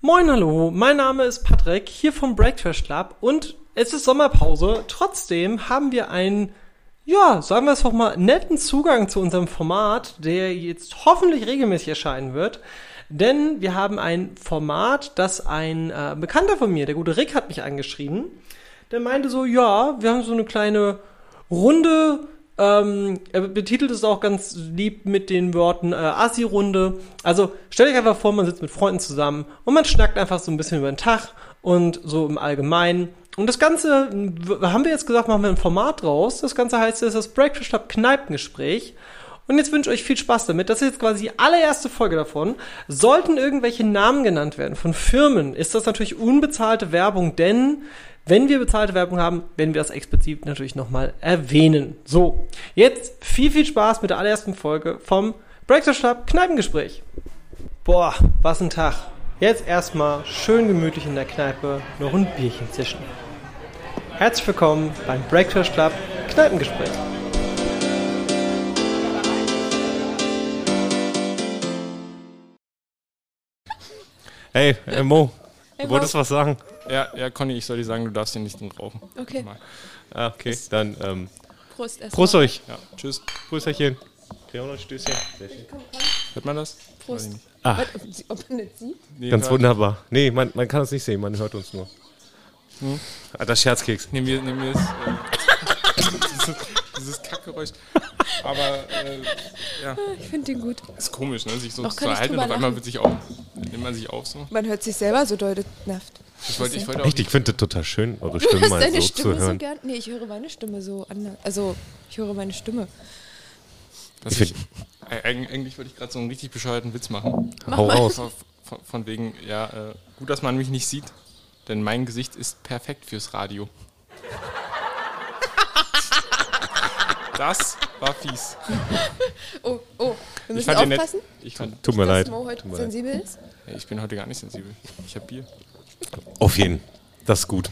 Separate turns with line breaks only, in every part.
Moin, hallo, mein Name ist Patrick, hier vom Break Trash Club und es ist Sommerpause. Trotzdem haben wir einen, ja, sagen wir es doch mal, netten Zugang zu unserem Format, der jetzt hoffentlich regelmäßig erscheinen wird. Denn wir haben ein Format, das ein äh, Bekannter von mir, der gute Rick, hat mich angeschrieben. Der meinte so, ja, wir haben so eine kleine Runde. Ähm, er betitelt es auch ganz lieb mit den Worten äh, Assi-Runde. Also stell dich einfach vor, man sitzt mit Freunden zusammen und man schnackt einfach so ein bisschen über den Tag und so im Allgemeinen. Und das Ganze, w- haben wir jetzt gesagt, machen wir ein Format draus. Das Ganze heißt, es ist das Breakfast Club Kneipengespräch. Und jetzt wünsche ich euch viel Spaß damit. Das ist jetzt quasi die allererste Folge davon. Sollten irgendwelche Namen genannt werden von Firmen, ist das natürlich unbezahlte Werbung, denn wenn wir bezahlte Werbung haben, werden wir das explizit natürlich nochmal erwähnen. So, jetzt viel, viel Spaß mit der allerersten Folge vom Breakfast Club Kneipengespräch. Boah, was ein Tag. Jetzt erstmal schön gemütlich in der Kneipe noch ein Bierchen zischen. Herzlich willkommen beim Breakfast Club Kneipengespräch.
Hey, äh, Mo, du
Mo.
wolltest was sagen?
Ja, ja, Conny, ich soll dir sagen, du darfst den nicht drin rauchen.
Okay,
Mal.
Ah, okay, dann ähm,
Prost erstmal.
Prost euch.
Ja, tschüss.
Prösterchen. Der auch noch ein Stößchen. Sehr schön.
Hört man das?
Prost.
Ah.
Was, ob sie- ob man das sieht?
Nee,
Ganz
hört-
wunderbar. Nee, man, man kann das nicht sehen, man hört uns nur. Ah, das Scherzkeks.
Nehmen wir, nehmen wir es. Äh, dieses, dieses Kackgeräusch. Aber äh,
Ich finde den gut.
ist komisch, ne? Sich so
Noch
zu
kann ich
halten und
drüber
auf einmal
lachen.
wird sich auf, nimmt man sich auf so.
Man hört sich selber so doll genervt.
Ich wollte, ich wollte auch
Echt, ich finde das total schön, eure Stimme mal so zu hören.
gern. Nee, ich höre meine Stimme so anders. Also, ich höre meine Stimme.
dass
Ich
ich, Eig- eigentlich wollte ich gerade so einen richtig bescheuerten Witz machen.
Hau raus.
Von, von, von wegen, ja, äh, gut, dass man mich nicht sieht, denn mein Gesicht ist perfekt fürs Radio. Das war fies.
Oh, oh, wir
Ich
müssen
fand den nett-
aufpassen,
Ich fand,
Tut mir leid.
dass Mo heute
Tut mir leid.
sensibel ist.
Ey, Ich bin heute gar nicht sensibel. Ich habe Bier.
Auf jeden. Das ist gut.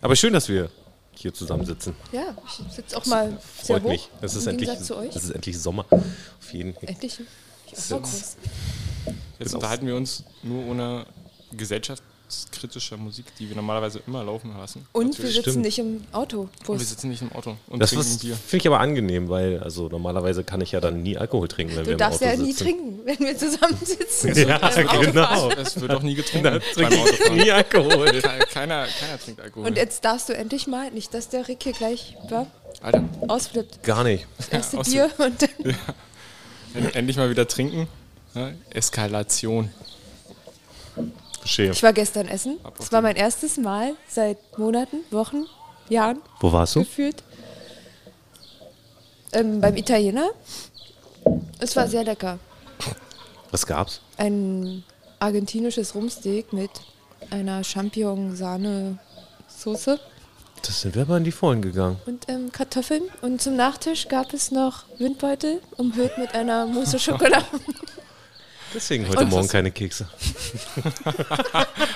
Aber schön, dass wir hier zusammensitzen.
Ja, ich sitze auch mal sehr
Freut
hoch.
mich. Es ist,
im
endlich,
Gegensatz zu euch.
es ist endlich Sommer. Auf jeden.
Endlich. Ich auch
Sitz.
groß.
Jetzt unterhalten wir uns nur ohne gesellschaftskritischer Musik, die wir normalerweise immer laufen lassen.
Und wir sitzen
Stimmt.
nicht im Auto.
Und wir
Prost.
sitzen nicht im Auto und
Das
trinken
ist-
Bier.
finde ich aber angenehm, weil also normalerweise kann ich ja dann nie Alkohol trinken, wenn wir
Du
im
darfst
Auto
ja nie
sitzen.
trinken, wenn wir zusammensitzen.
Ja, genau.
Es wird auch nie getrunken
Trink
beim
ich
Autofahren.
nie Alkohol.
Ke- Keiner, keiner trinkt Alkohol.
Und jetzt darfst du endlich mal, nicht, dass der Rick hier gleich wa,
Alter,
ausflippt.
Gar nicht.
Das erste
ausflippt.
Bier und dann
en- endlich mal wieder trinken. Ja, Eskalation.
Verstehe.
Ich war gestern essen.
Ab auf
Es war
den-
mein erstes Mal seit Monaten, Wochen, Jahren
Wo warst du?
gefühlt. Ähm, beim Italiener. Es war sehr lecker.
Was gab's?
Ein argentinisches Rumsteak mit einer Champignon-Sahne-Soße
Das sind wir aber in die Vollen gegangen.
und ähm, Kartoffeln. Und zum Nachtisch gab es noch Windbeutel, umhüllt mit einer Mousse Schokolade.
Deswegen heute Morgen keine Kekse.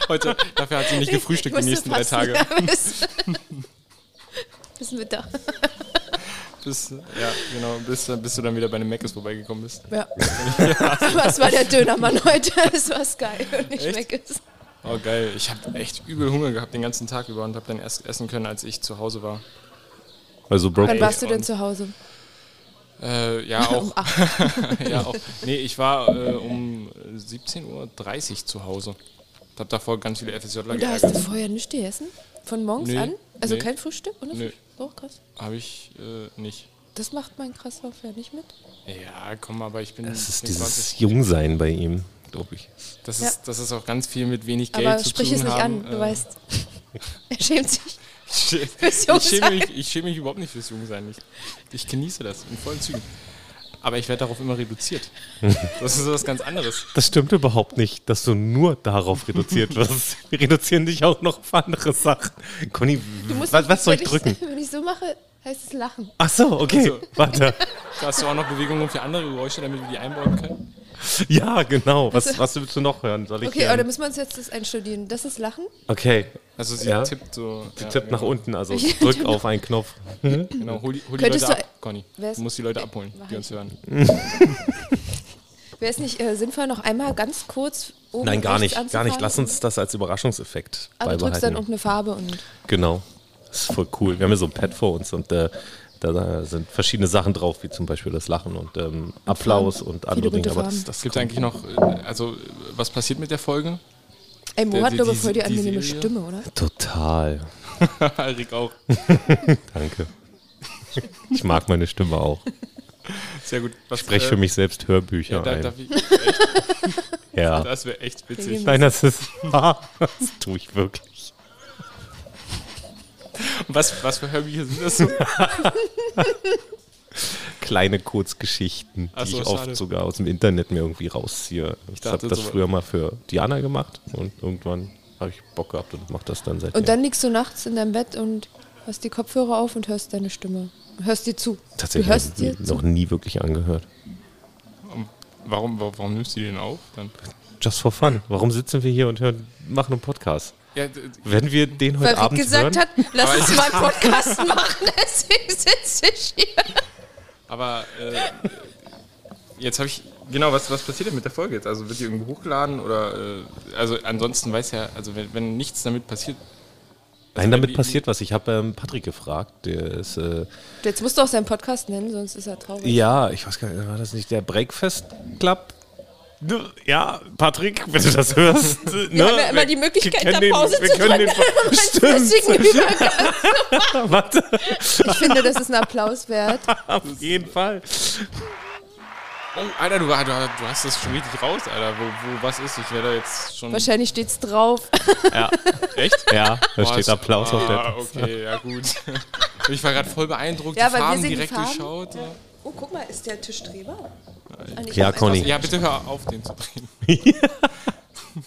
Heute, dafür hat sie nicht gefrühstückt die
Musste
nächsten
passen,
drei Tage.
ja, bis, bis Mittag.
Bis, ja, genau, bis, bis du dann wieder bei einem Meckes vorbeigekommen bist.
Ja. Aber es war der Dönermann heute. Es war Sky und ich
Echt?
schmecke es.
Oh geil, ich habe echt übel Hunger gehabt den ganzen Tag über und habe dann erst essen können, als ich zu Hause war.
Also
Wann
Broke.
warst du denn zu Hause?
Äh, ja,
Um
auch. ja, auch. Nee, ich war äh, um 17.30 Uhr zu Hause. Ich habe davor ganz viele FSJler
Da hast du
geärgert.
vorher nicht gegessen? Von morgens
Nee,
an? Also
nee.
kein Frühstück? Oder?
Nö.
Oh, krass.
Habe ich äh, nicht.
Das macht mein Krasslauf ja nicht mit.
Ja, komm, aber ich bin.
Das ist
24.
dieses Jungsein bei ihm, glaube ich.
Das
Ja.
ist, das ist auch ganz viel mit wenig Geld
Aber
zu
sprich
tun
es nicht
haben.
an, du
Äh,
weißt. Er schämt sich. fürs
Ich, ich, schäme
Jungsein.
mich, ich schäme mich überhaupt nicht fürs Jungsein. Ich, ich genieße das in vollen Zügen. Aber ich werde darauf immer reduziert. Das ist was ganz anderes.
Das stimmt überhaupt nicht, dass du nur darauf reduziert wirst. Wir reduzieren dich auch noch auf andere Sachen. Conny, was, was soll ich
wenn
drücken?
Wenn ich so mache, heißt es Lachen.
Ach so, okay.
Also-
Warte.
Da hast du auch noch Bewegungen für andere Geräusche, damit wir die einbauen können.
Ja, genau. Was, was willst du noch hören? Soll ich
Okay, aber dann
ähm,
müssen wir uns jetzt das einstudieren. Das ist Lachen.
okay.
Also sie
Ja.
tippt so.
Sie
ja,
tippt nach
genau.
unten, also drück auf einen Knopf.
Genau, hol, die- hol die
Könntest
Leute
du-
ab, Conny.
Wer ist-
Du musst die Leute
Äh,
abholen,
mach
die
ich.
uns hören.
Wäre es nicht äh, sinnvoll, noch einmal ganz kurz oben
Nein, gar
rechts
nicht, gar nicht.
Um anzufangen?
Lass uns das als Überraschungseffekt
Aber du drückst dann
beibehalten.
irgendeine Farbe und
Genau. Das ist voll cool. Wir haben ja so ein Pad vor uns und äh, da, da sind verschiedene Sachen drauf, wie zum Beispiel das Lachen und ähm, Applaus und andere
gute
Dinge. Aber das,
Farben.
das
Gibt eigentlich noch, äh, also äh, was passiert mit der Folge?
Ey, Mo
Der-
hat,
die-
glaube ich,
die-
voll die
die
angenehme
Serie?
Stimme, oder?
total.
Rick auch.
Danke. Ich mag meine Stimme auch.
Sehr gut. Was,
Brech für mich selbst Hörbücher
äh, Ja, da,
ein.
darf ich,
ja.
das wäre echt witzig.
Nein, das ist wahr. Das tue ich wirklich.
Was, was für Hörbücher sind das so?
Kleine Kurzgeschichten,
Ach
die
so,
ich oft
schade.
sogar aus dem Internet mir irgendwie rausziehe. Ich
dachte,
habe das
so-
früher mal für Diana gemacht und irgendwann habe ich Bock gehabt und mache das dann seitdem.
Und dann liegst du nachts in deinem Bett und hast die Kopfhörer auf und hörst deine Stimme. Hörst dir zu.
Tatsächlich
Du hörst
hab
dir
ich
zu.
noch nie wirklich angehört.
Warum, warum, warum nimmst du die denn auf? Dann?
Just for fun. Warum sitzen wir hier und hören, machen einen Podcast?
Ja, d-
Werden wir den heute
Weil Rick
Abend
gesagt
hören?
hat, lass
Aber
uns
ich-
mal einen Podcast machen, deswegen sitze ich hier.
aber äh, jetzt habe ich. Genau, was, was passiert denn mit der Folge jetzt? Also wird die irgendwo hochgeladen oder. Äh, also ansonsten weiß ja, also wenn, wenn nichts damit passiert.
Nein, damit
Wie-
passiert was. Ich habe ähm, Patrick gefragt. Der ist, äh,
Jetzt musst du auch seinen Podcast nennen, sonst ist er traurig.
ja, ich weiß gar nicht, war das nicht der Breakfast Club? Ne, Ja, Patrick, wenn du das hörst. Wir ne,
haben ja immer die Möglichkeit,
kennen
da Pause
wir
zu
können den,
Deswegen
Stimmt, warte,
ich finde, das ist ein Applaus wert.
auf jeden Fall.
Oh, Alter, du, war- du, du hast das schon richtig raus, Alter. Wo, wo was ist? Ich werde da jetzt schon.
Wahrscheinlich steht's drauf.
Echt?
Ja, da
Boah,
steht
ist-
Applaus auf
Ah,
der
okay, ja gut. Ich war gerade voll beeindruckt.
Ja,
die
weil wir
Farben
sehen die
direkt
Farben.
durchschaut. Ja.
Oh, guck mal, ist der Tisch drehbar?
Ja, Conny.
ja, bitte hör auf, den zu drehen.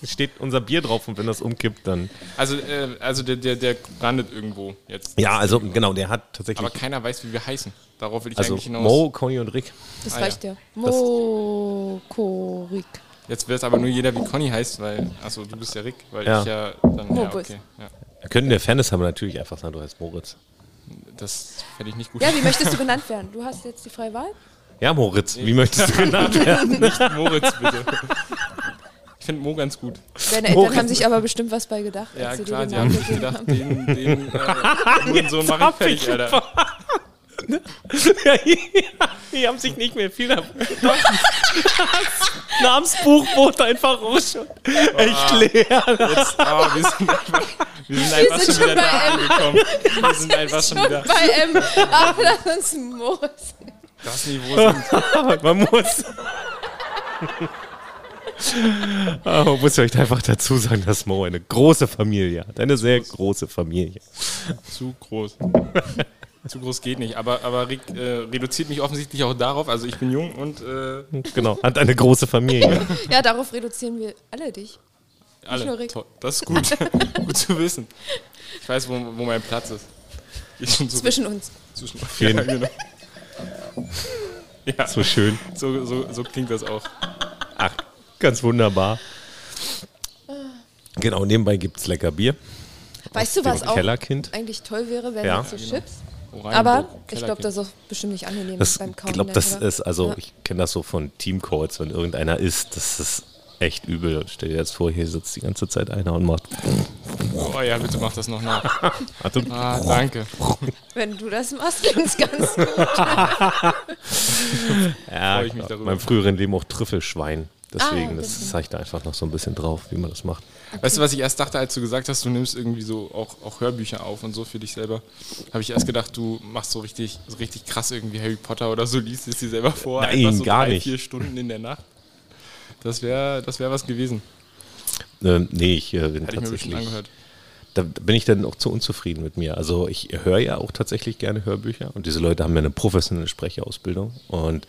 Steht unser Bier drauf und wenn das umkippt, dann.
Also, äh, also der, der, der landet irgendwo jetzt.
Ja, also genau, der hat
Aber
tatsächlich.
keiner weiß, wie wir heißen. Darauf will ich
Also
eigentlich hinaus.
Mo, Conny und Rick.
Das
Ah,
reicht
ja.
ja. Mokorik.
Jetzt wird aber nur jeder, wie Conny heißt, weil. Achso, du bist ja Rick, weil
Ja.
ich ja dann. Ja,
Mobus.
okay. Ja.
Wir könnten der Fairness haben natürlich einfach sagen, du heißt Moritz.
Das fände ich nicht gut.
Ja, wie möchtest du genannt werden? Du hast jetzt die freie Wahl. Ja,
Ja, Moritz, wie möchtest du genannt werden?
nicht Moritz, bitte. Ich finde Mo ganz gut.
Deine Eltern
Moritz.
haben sich aber bestimmt was bei gedacht,
Ja,
als sie
klar,
dir
die
den Namen
haben sich
gegeben
gedacht,
haben.
den, den äh, Sohn mache ich fertig, Alter.
Die haben sich nicht mehr viel Das Namensbuch wurde einfach Ah. echt leer.
Jetzt, ah, wir sind einfach, wir sind einfach
sind
schon wieder
schon bei
da
M.
angekommen. Wir sind einfach schon wieder.
Bei M. Ach, lass uns Moos.
Das Niveau ist
Man muss. Aber Ah, muss ich euch einfach dazu sagen, dass Mo eine große Familie hat. Eine sehr große Familie.
Zu groß. Zu groß geht nicht, aber, aber Rick äh, reduziert mich offensichtlich auch darauf. Also ich bin jung und äh,
Genau, hat eine große Familie.
Ja, darauf reduzieren wir alle dich. nur
alle.
Rick.
Toll. Das ist gut. gut zu wissen. Ich weiß, wo, wo mein Platz ist. Ich bin so
Zwischen uns.
zwischen
jeden.
Ja, genau. ja
So schön.
so, so, so klingt das auch.
Ach, ganz wunderbar. Genau, nebenbei gibt es lecker Bier.
Weißt du,
Dem
was auch
Kellerkind.
eigentlich toll wäre, wären
Ja.
jetzt so Chips.
Oranienburg,
Aber ich glaube,
Kellerkind.
das ist auch bestimmt nicht angenehm
Das,
beim
ich
Kauen.
glaube,
dann,
das
oder?
ist, also
Ja.
ich kenne das so von Teamcalls, wenn irgendeiner isst, das ist echt übel. Stell dir jetzt vor, hier sitzt die ganze Zeit einer und macht.
Oh ja, bitte mach das noch nach.
Warte,
Ah, danke.
Wenn du das machst, klingt's ganz gut.
ja,
freu ich mich
genau.
darüber.
meinem früheren Leben auch Trüffelschwein. Deswegen,
Ah,
das zeigt da einfach noch so ein bisschen drauf, wie man das macht.
Weißt du, was ich erst dachte, als du gesagt hast, du nimmst irgendwie so auch, auch Hörbücher auf und so für dich selber, habe ich erst gedacht, du machst so richtig, so richtig krass irgendwie Harry Potter oder so, liest es dir selber vor.
Nein,
einfach so
gar
drei,
nicht.
vier Stunden in der Nacht. Das wäre das wär was gewesen.
Ähm, nee, ich äh, bin
Hätte ich mir bestimmt
tatsächlich.
angehört.
da bin ich dann auch zu unzufrieden mit mir. Also ich höre ja auch tatsächlich gerne Hörbücher und diese Leute haben ja eine professionelle Sprecherausbildung und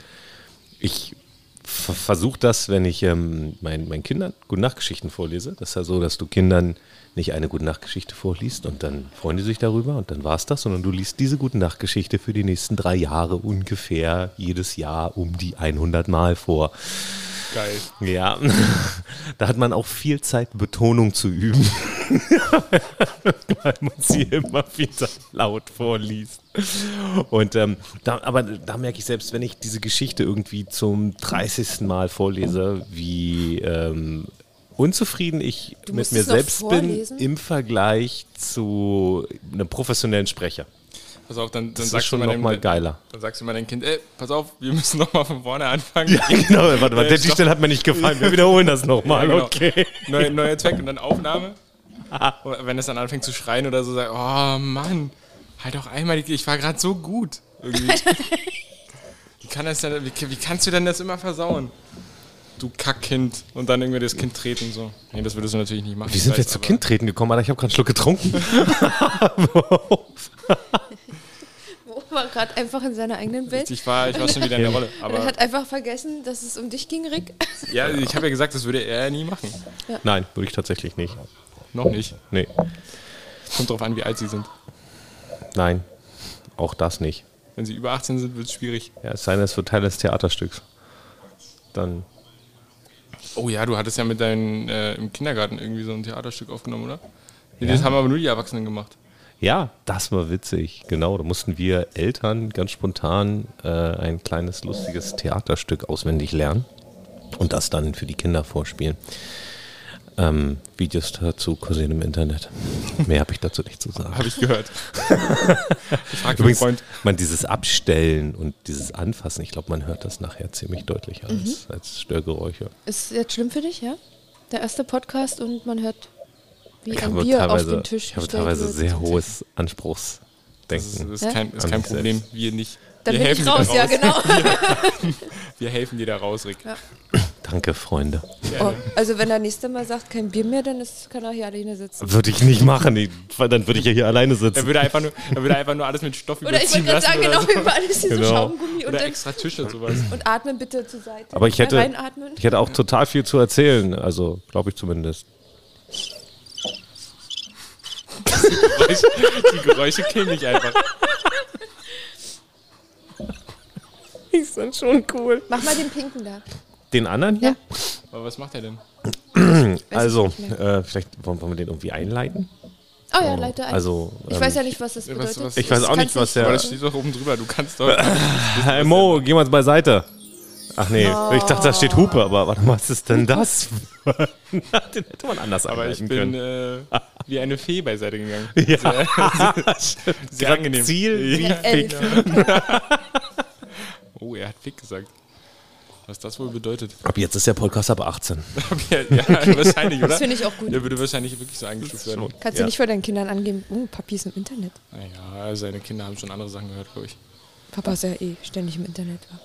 ich ver- versuche das, wenn ich ähm, meinen, meinen Kindern Gute-Nacht-Geschichten vorlese. Das ist ja so, dass du Kindern nicht eine Gute-Nacht-Geschichte vorliest und dann freuen die sich darüber und dann war es das, sondern du liest diese Gute-Nacht-Geschichte für die nächsten drei Jahre ungefähr jedes Jahr um die 100 Mal vor.
Geil.
Ja, da hat man auch viel Zeit, Betonung zu üben. weil man sie immer wieder laut vorliest. Und ähm, da, aber da merke ich selbst, wenn ich diese Geschichte irgendwie zum 30. Mal vorlese, wie ähm, unzufrieden ich
Du
mit
musst
mir
es noch
selbst
vorlesen?
bin im Vergleich zu einem professionellen Sprecher.
Pass auf, dann, dann
Das ist
sagst
schon
du mal, dem,
nochmal geiler.
dann sagst du mal deinem Kind, ey, pass auf, wir müssen nochmal von vorne anfangen.
Ja, genau. Warte mal,
Äh,
der
stopp.
Stelle hat mir nicht gefallen. Wir wiederholen das nochmal.
Ja, genau.
Okay.
Neu, neuer Track und dann Aufnahme. Und wenn es dann anfängt zu schreien oder so, sagt, oh Mann, halt doch einmal, die- ich war gerade so gut. Irgendwie. wie, kann das denn, wie, wie kannst du denn das immer versauen? Du Kackkind. Und dann irgendwie das Kind treten so. Nee, das würdest du natürlich nicht machen.
Wie sind
ich
wir
weiß,
zu
aber-
Kind treten gekommen, Alter? Ich habe gerade einen Schluck getrunken.
Wo war gerade einfach in seiner eigenen Welt.
Ich war, ich war schon wieder in der Rolle.
Und er
Aber
hat einfach vergessen, dass es um dich ging, Rick.
ja, ich habe ja gesagt, das würde er nie machen.
Nein, würde ich tatsächlich nicht.
Noch nicht.
Nee,
Kommt drauf an, wie alt sie sind.
nein. Auch das nicht.
Wenn sie über 18 sind, wird es schwierig.
Ja, es sei denn, es wird Teil des Theaterstücks. Dann.
Oh ja, du hattest ja mit deinen äh, im Kindergarten irgendwie so ein Theaterstück aufgenommen, oder? Nee, Das haben aber nur die Erwachsenen gemacht.
Ja, das war witzig. Genau, da mussten wir Eltern ganz spontan äh, ein kleines, lustiges Theaterstück auswendig lernen und das dann für die Kinder vorspielen. Ähm, Videos dazu kursieren im Internet. Mehr habe ich dazu nicht zu sagen.
Habe ich gehört. ich frage meinen
Übrigens,
Freund.
man dieses Abstellen und dieses Anfassen, ich glaube, man hört das nachher ziemlich deutlich
Mhm.
als, als Störgeräusche.
Ist jetzt schlimm für dich, ja? Der erste Podcast und man hört, wie
Ich
ein
habe
Bier auf
teilweise,
den Tisch
ich habe
gestellt
teilweise
wird.
sehr hohes Anspruchsdenken.
Das ist, das
Ja?
ist kein, ist
An
kein
mich
Problem. Wir nicht.
Dann
wir
bin ich
helfen dir
raus, ja genau.
Wir helfen dir da raus, Rick.
Danke, Freunde.
Oh, also wenn er nächstes Mal sagt, kein Bier mehr, dann ist, kann er hier alleine sitzen.
Würde ich nicht machen, ich- weil dann würde ich ja hier alleine sitzen.
Er würde, einfach nur, er würde einfach nur alles mit Stoff
Oder ich
überziehen
wollte gerade
lassen
sagen,
oder
genau,
so.
über alles hier
Genau.
so Schaumgummi und,
Oder
dann,
extra Tische und sowas.
und atmen bitte zur Seite.
Aber ich
Mal
hätte,
Reinatmen.
ich hätte auch total viel zu erzählen, also glaube ich zumindest.
Geräusche, die Geräusche killen mich einfach.
Ist dann schon cool.
Mach mal den Pinken da.
Den anderen hier?
Aber was macht er denn?
also, äh, vielleicht wollen, wollen wir den irgendwie einleiten?
Oh ja, leite ein.
Also,
ich
ähm,
weiß ja nicht, was das bedeutet.
was-
Ich weiß auch
Kannst
nicht, was
Aber
der.
das steht doch oben drüber. Du kannst doch.
Hey Mo, geh mal beiseite. Ach nee, ich dachte, da steht Hupe, aber warte mal, was ist denn das? Den hätte man anders
Aber ich
einleiten
bin
können.
äh, wie eine Fee beiseite gegangen. Sehr
Grad
angenehm.
Ziel, wie Fick.
Elf.
Oh, er hat Fick gesagt. Was das wohl bedeutet.
Ab jetzt ist der Podcast ab 18.
ja, ja, wahrscheinlich, oder?
Das finde ich auch gut.
Der würde wahrscheinlich wirklich so eingestuft werden.
Kannst
Ja.
du nicht vor deinen Kindern angeben, oh, Papi ist im Internet.
Naja, seine Kinder haben schon andere Sachen gehört, glaube ich.
Papa ist ja eh ständig im Internet. wa?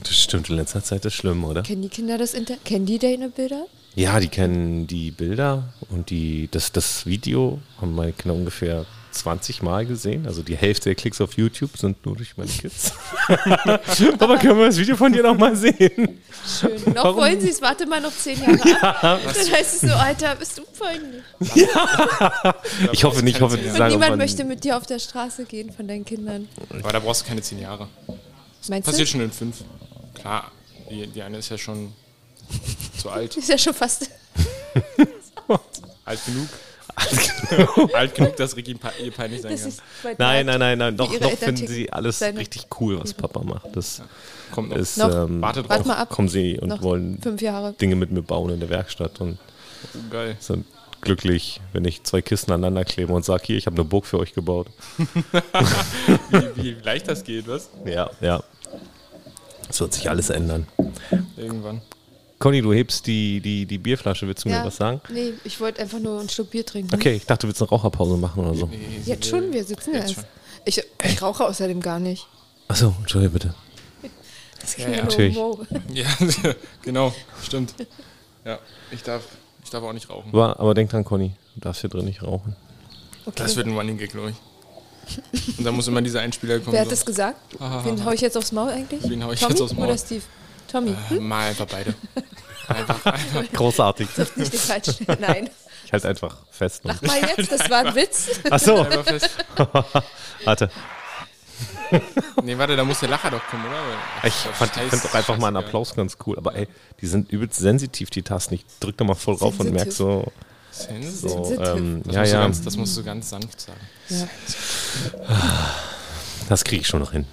Das stimmt, in letzter Zeit ist schlimm, oder?
Kennen die Kinder das Internet? Kennen die deine Bilder?
Ja, die kennen die Bilder und die, das, das Video haben meine Kinder ungefähr 20 Mal gesehen. Also die Hälfte der Klicks auf YouTube sind nur durch meine Kids. Papa, können wir das Video von dir nochmal sehen?
Schön. Noch
Warum?
wollen sie es, warte mal noch zehn Jahre ab. Dann heißt es so, Alter, bist du peinlich.
Ich hoffe nicht, ich hoffe, die
Und
sagen
niemand
irgendwann-
möchte mit dir auf der Straße gehen von deinen Kindern.
Aber da brauchst du keine zehn Jahre.
Meinst du?
Passiert schon in fünf. Klar, die, die eine ist ja schon zu alt.
Ist ja schon fast.
Alt genug. alt genug, dass Ricky pe- ihr peinlich sein
Das
kann.
ist weit
Nein,
weg.
nein, nein, nein. Doch,
ihre
doch
Eltern
finden
ticken.
sie alles
Seine-
richtig cool, was Papa macht. Das
Kommt noch.
ist.
Noch.
Ähm,
Warte drauf.
Warte mal ab.
Kommen sie und
Noch
wollen
fünf Jahre.
Dinge mit mir bauen in der Werkstatt und
Oh, Geil.
sind glücklich, wenn ich zwei Kisten aneinander klebe und sage: Hier, ich habe eine Burg für euch gebaut.
Wie, wie leicht das geht, was?
Ja, ja. Es wird sich alles ändern.
Irgendwann.
Conny, du hebst die, die, die Bierflasche. Willst du mir was sagen?
Nee, ich wollte einfach nur einen Schluck Bier trinken.
Okay, ich dachte, du willst eine Raucherpause machen oder so.
Jetzt schon, wir sitzen ja
Jetzt
erst. Ich, ich rauche außerdem gar nicht.
Achso, entschuldige bitte.
Das ist
Ja,
mir
ja.
nur
Natürlich.
Humor.
Ja, genau. Stimmt. Ja, ich darf, ich darf auch nicht rauchen.
Aber, aber denk dran, Conny, du darfst hier drin nicht rauchen.
Das wird ein Running Gag, glaube ich. Und da muss immer dieser Einspieler kommen.
Wer hat
so. "Ah,
das gesagt? Wen hau ich jetzt aufs Maul eigentlich?
Wen hau ich
Tommy
jetzt aufs Maul?
oder Steve? Tommy,
Äh, Mal einfach beide. Einfach, einfach.
Großartig.
nicht den falschen. Nein.
Ich halte einfach fest. ne?
Mach mal jetzt, das war ein Witz.
Achso,
einfach fest.
warte.
Nee, warte, da muss der Lacher doch kommen, oder?
Ich fand ich find doch einfach mal einen Applaus ganz cool. Aber ey, die sind übelst sensitiv, die Tasten. Ich drück da mal voll rauf und merk
Sensitiv.
so,
Sense?
So,
Sensitiv.
ähm,
Das,
ja,
musst du
ja,
Ganz, das musst du ganz sanft sagen.
Ja.
das kriege ich schon noch hin.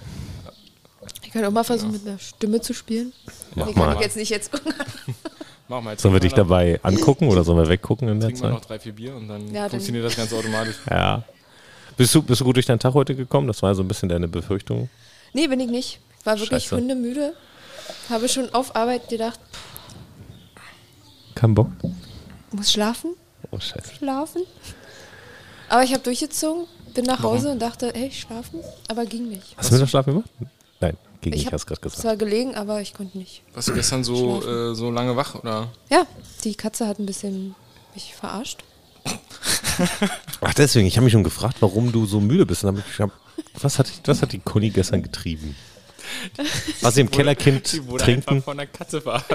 Ich kann auch mal versuchen, mit einer Stimme zu spielen.
Mach
Die kann ich
mal.
jetzt nicht jetzt.
Mach mal.
Sollen wir dich
trink mal noch-
dabei angucken oder sollen wir weggucken in der
Trink mal
Zeit?
noch drei, vier Bier und dann
Ja, dann-
funktioniert das Ganze automatisch.
Ja. Bist du, bist du gut durch deinen Tag heute gekommen? Das war so ein bisschen deine Befürchtung.
nee, bin ich nicht. Ich war wirklich
Scheiße.
hundemüde. Habe schon auf Arbeit gedacht,
Kein Bock?
muss schlafen,
Oh, scheiße.
schlafen. Aber ich habe durchgezogen, bin nach Hause und dachte, hey, schlafen. Aber ging nicht.
Hast du Mittagsschlaf gemacht? Nein, ging nicht,
hab
hast gerade gesagt.
zwar gelegen, aber ich konnte nicht.
Warst du gestern so, äh, so lange wach oder?
Ja, die Katze hat ein bisschen mich verarscht.
Ach, deswegen, ich habe mich schon gefragt, warum du so müde bist. Und hab ich, hab, was, hat, was hat die Conny gestern getrieben? War sie im Kellerkind
Die wurde
trinken?
einfach von der Katze verarscht.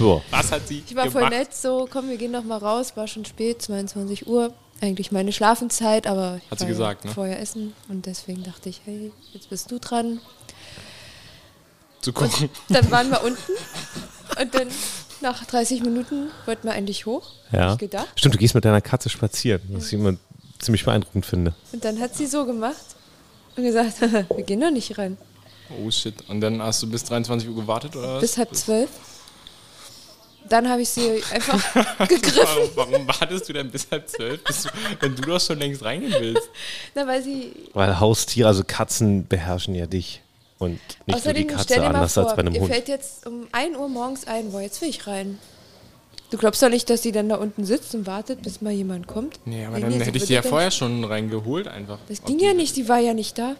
Ja.
Was hat sie
Ich war
gemacht?
voll nett, so, komm, wir gehen noch mal raus. War schon spät, 22 Uhr. Eigentlich meine Schlafenszeit, aber ich
Hat sie
war ja
gesagt, ne?
vorher essen. Und deswegen dachte ich, hey, jetzt bist du dran.
Zu gucken.
Dann waren wir unten. Und dann nach 30 Minuten wollten wir eigentlich hoch. Hab
ja.
Ich gedacht.
Stimmt, du gehst mit deiner Katze spazieren, was ich immer ziemlich beeindruckend finde.
Und dann hat sie so gemacht und gesagt, wir gehen noch nicht rein.
Oh shit. Und dann hast du bis 23 Uhr gewartet oder was?
Bis halb zwölf. Dann habe ich sie einfach gegriffen.
Warum, warum wartest du denn bis halb zwölf, bis du, wenn du doch schon längst reingehen willst?
Na, weil sie.
Weil Haustiere, also Katzen beherrschen ja dich. Und nicht nur
außerdem,
die
stell
Katze,
dir mal
anders als
vor,
bei einem
ihr
Hund.
fällt jetzt um 1 Uhr morgens ein, boah, jetzt will ich rein. Du glaubst doch nicht, dass sie dann da unten sitzt und wartet, bis mal jemand kommt?
Nee, aber
Wegen
dann
ihr, so
hätte ich
wird
die ja
dann-
vorher schon reingeholt einfach.
Das
Ob
ging
die-
ja nicht, die war ja nicht da.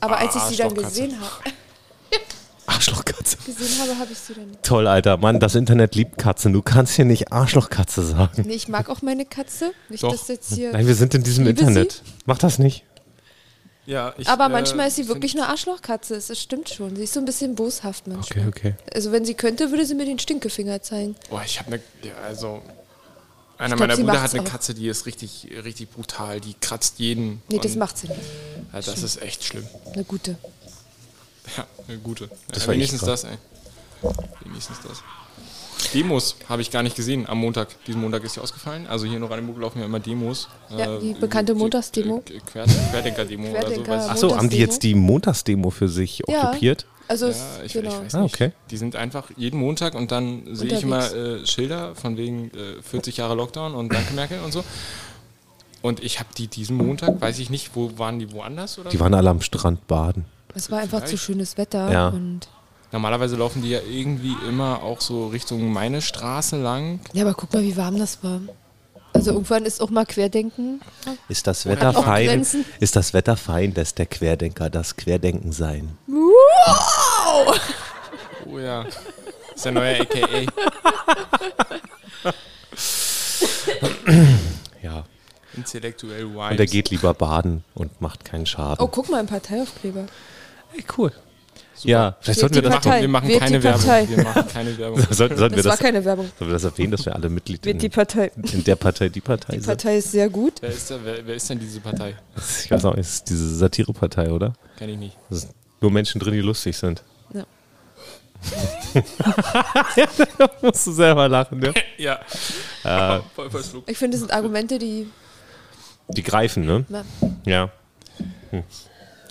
Aber als ich
Ah,
sie dann
Stoffkatze.
gesehen habe,
Arschlochkatze.
gesehen habe, habe ich sie dann nicht.
Toll, Alter. Mann, das Internet liebt Katzen. Du kannst hier nicht Arschlochkatze sagen.
Nee, ich mag auch meine Katze. Nicht,
Doch.
dass jetzt hier.
Nein, wir sind in diesem
Liebe
Internet. Mach das nicht.
Ja, ich,
aber
äh,
manchmal ist sie
find-
wirklich eine Arschlochkatze. Es es stimmt schon. Sie ist so ein bisschen boshaft manchmal.
Okay, okay.
Also wenn sie könnte, würde sie mir den Stinkefinger zeigen.
Boah, ich habe eine. Ja, also. Einer
glaub,
meiner
sie
Brüder
macht's
hat eine
auch.
Katze, die ist richtig, richtig brutal. Die kratzt jeden.
Nee, das
Und,
macht sie nicht.
Alter, das ist echt schlimm.
Eine gute.
Ja, eine gute.
Das
Ja,
war ich
wenigstens
grad.
das, ey. Wenigstens das. Demos habe ich gar nicht gesehen am Montag. Diesen Montag ist sie ausgefallen. Also hier in Oranienburg laufen ja immer Demos. Äh,
Ja, die bekannte Montagsdemo.
Quer, Querdenker-Demo oder so.
Querdenker-
Weiß ich.
Achso, haben die jetzt die Montagsdemo für sich
Ja.
okkupiert?
Also
Ja, ich,
genau.
ich weiß
Ah,
nicht.
okay.
Die sind einfach jeden Montag und dann sehe ich immer äh, Schilder von wegen äh, 40 Jahre Lockdown und Danke Merkel und so. Und ich habe die diesen Montag, weiß ich nicht, wo waren die woanders oder?
Die waren alle am Strand baden.
es war einfach zu
Vielleicht.
schönes Wetter
Ja.
und
Normalerweise laufen die ja irgendwie immer auch so Richtung meine Straße lang.
ja, aber guck mal, wie warm das war. Also irgendwann ist auch mal Querdenken.
Ist das Wetter
auch
fein?
Grenzen.
Ist das Wetter fein, lässt der Querdenker das Querdenken sein?
Wow!
Oh ja. Ist der neue AKA.
Ja.
Intellektuell
Und er
Wise.
geht lieber baden und macht keinen Schaden.
Oh, guck mal, ein Parteiaufkleber.
Ey, cool. Ja, vielleicht sollten
die
wir, das,
Partei.
machen, wir machen
Wählt
keine
die Partei.
Werbung. Wir machen keine Werbung.
sollten, sollten wir
Das war
das, sollen
keine Werbung.
wir das erwähnen, dass wir alle Mitglied in,
Wird die
Hm.
Partei.
in der Partei, die Partei
Die
sind?
Partei ist sehr gut.
Wer ist, da, wer, wer ist denn diese Partei?
Ich weiß auch, nicht, es ist diese Satirepartei, oder?
Kenn ich nicht.
Da sind nur Menschen drin, die lustig sind.
Ja.
da musst du selber lachen, ne?
Ja.
Äh,
Voll verschluckt.
Ich finde, das sind Argumente, die.
Die greifen, ne?
Na,
Ja.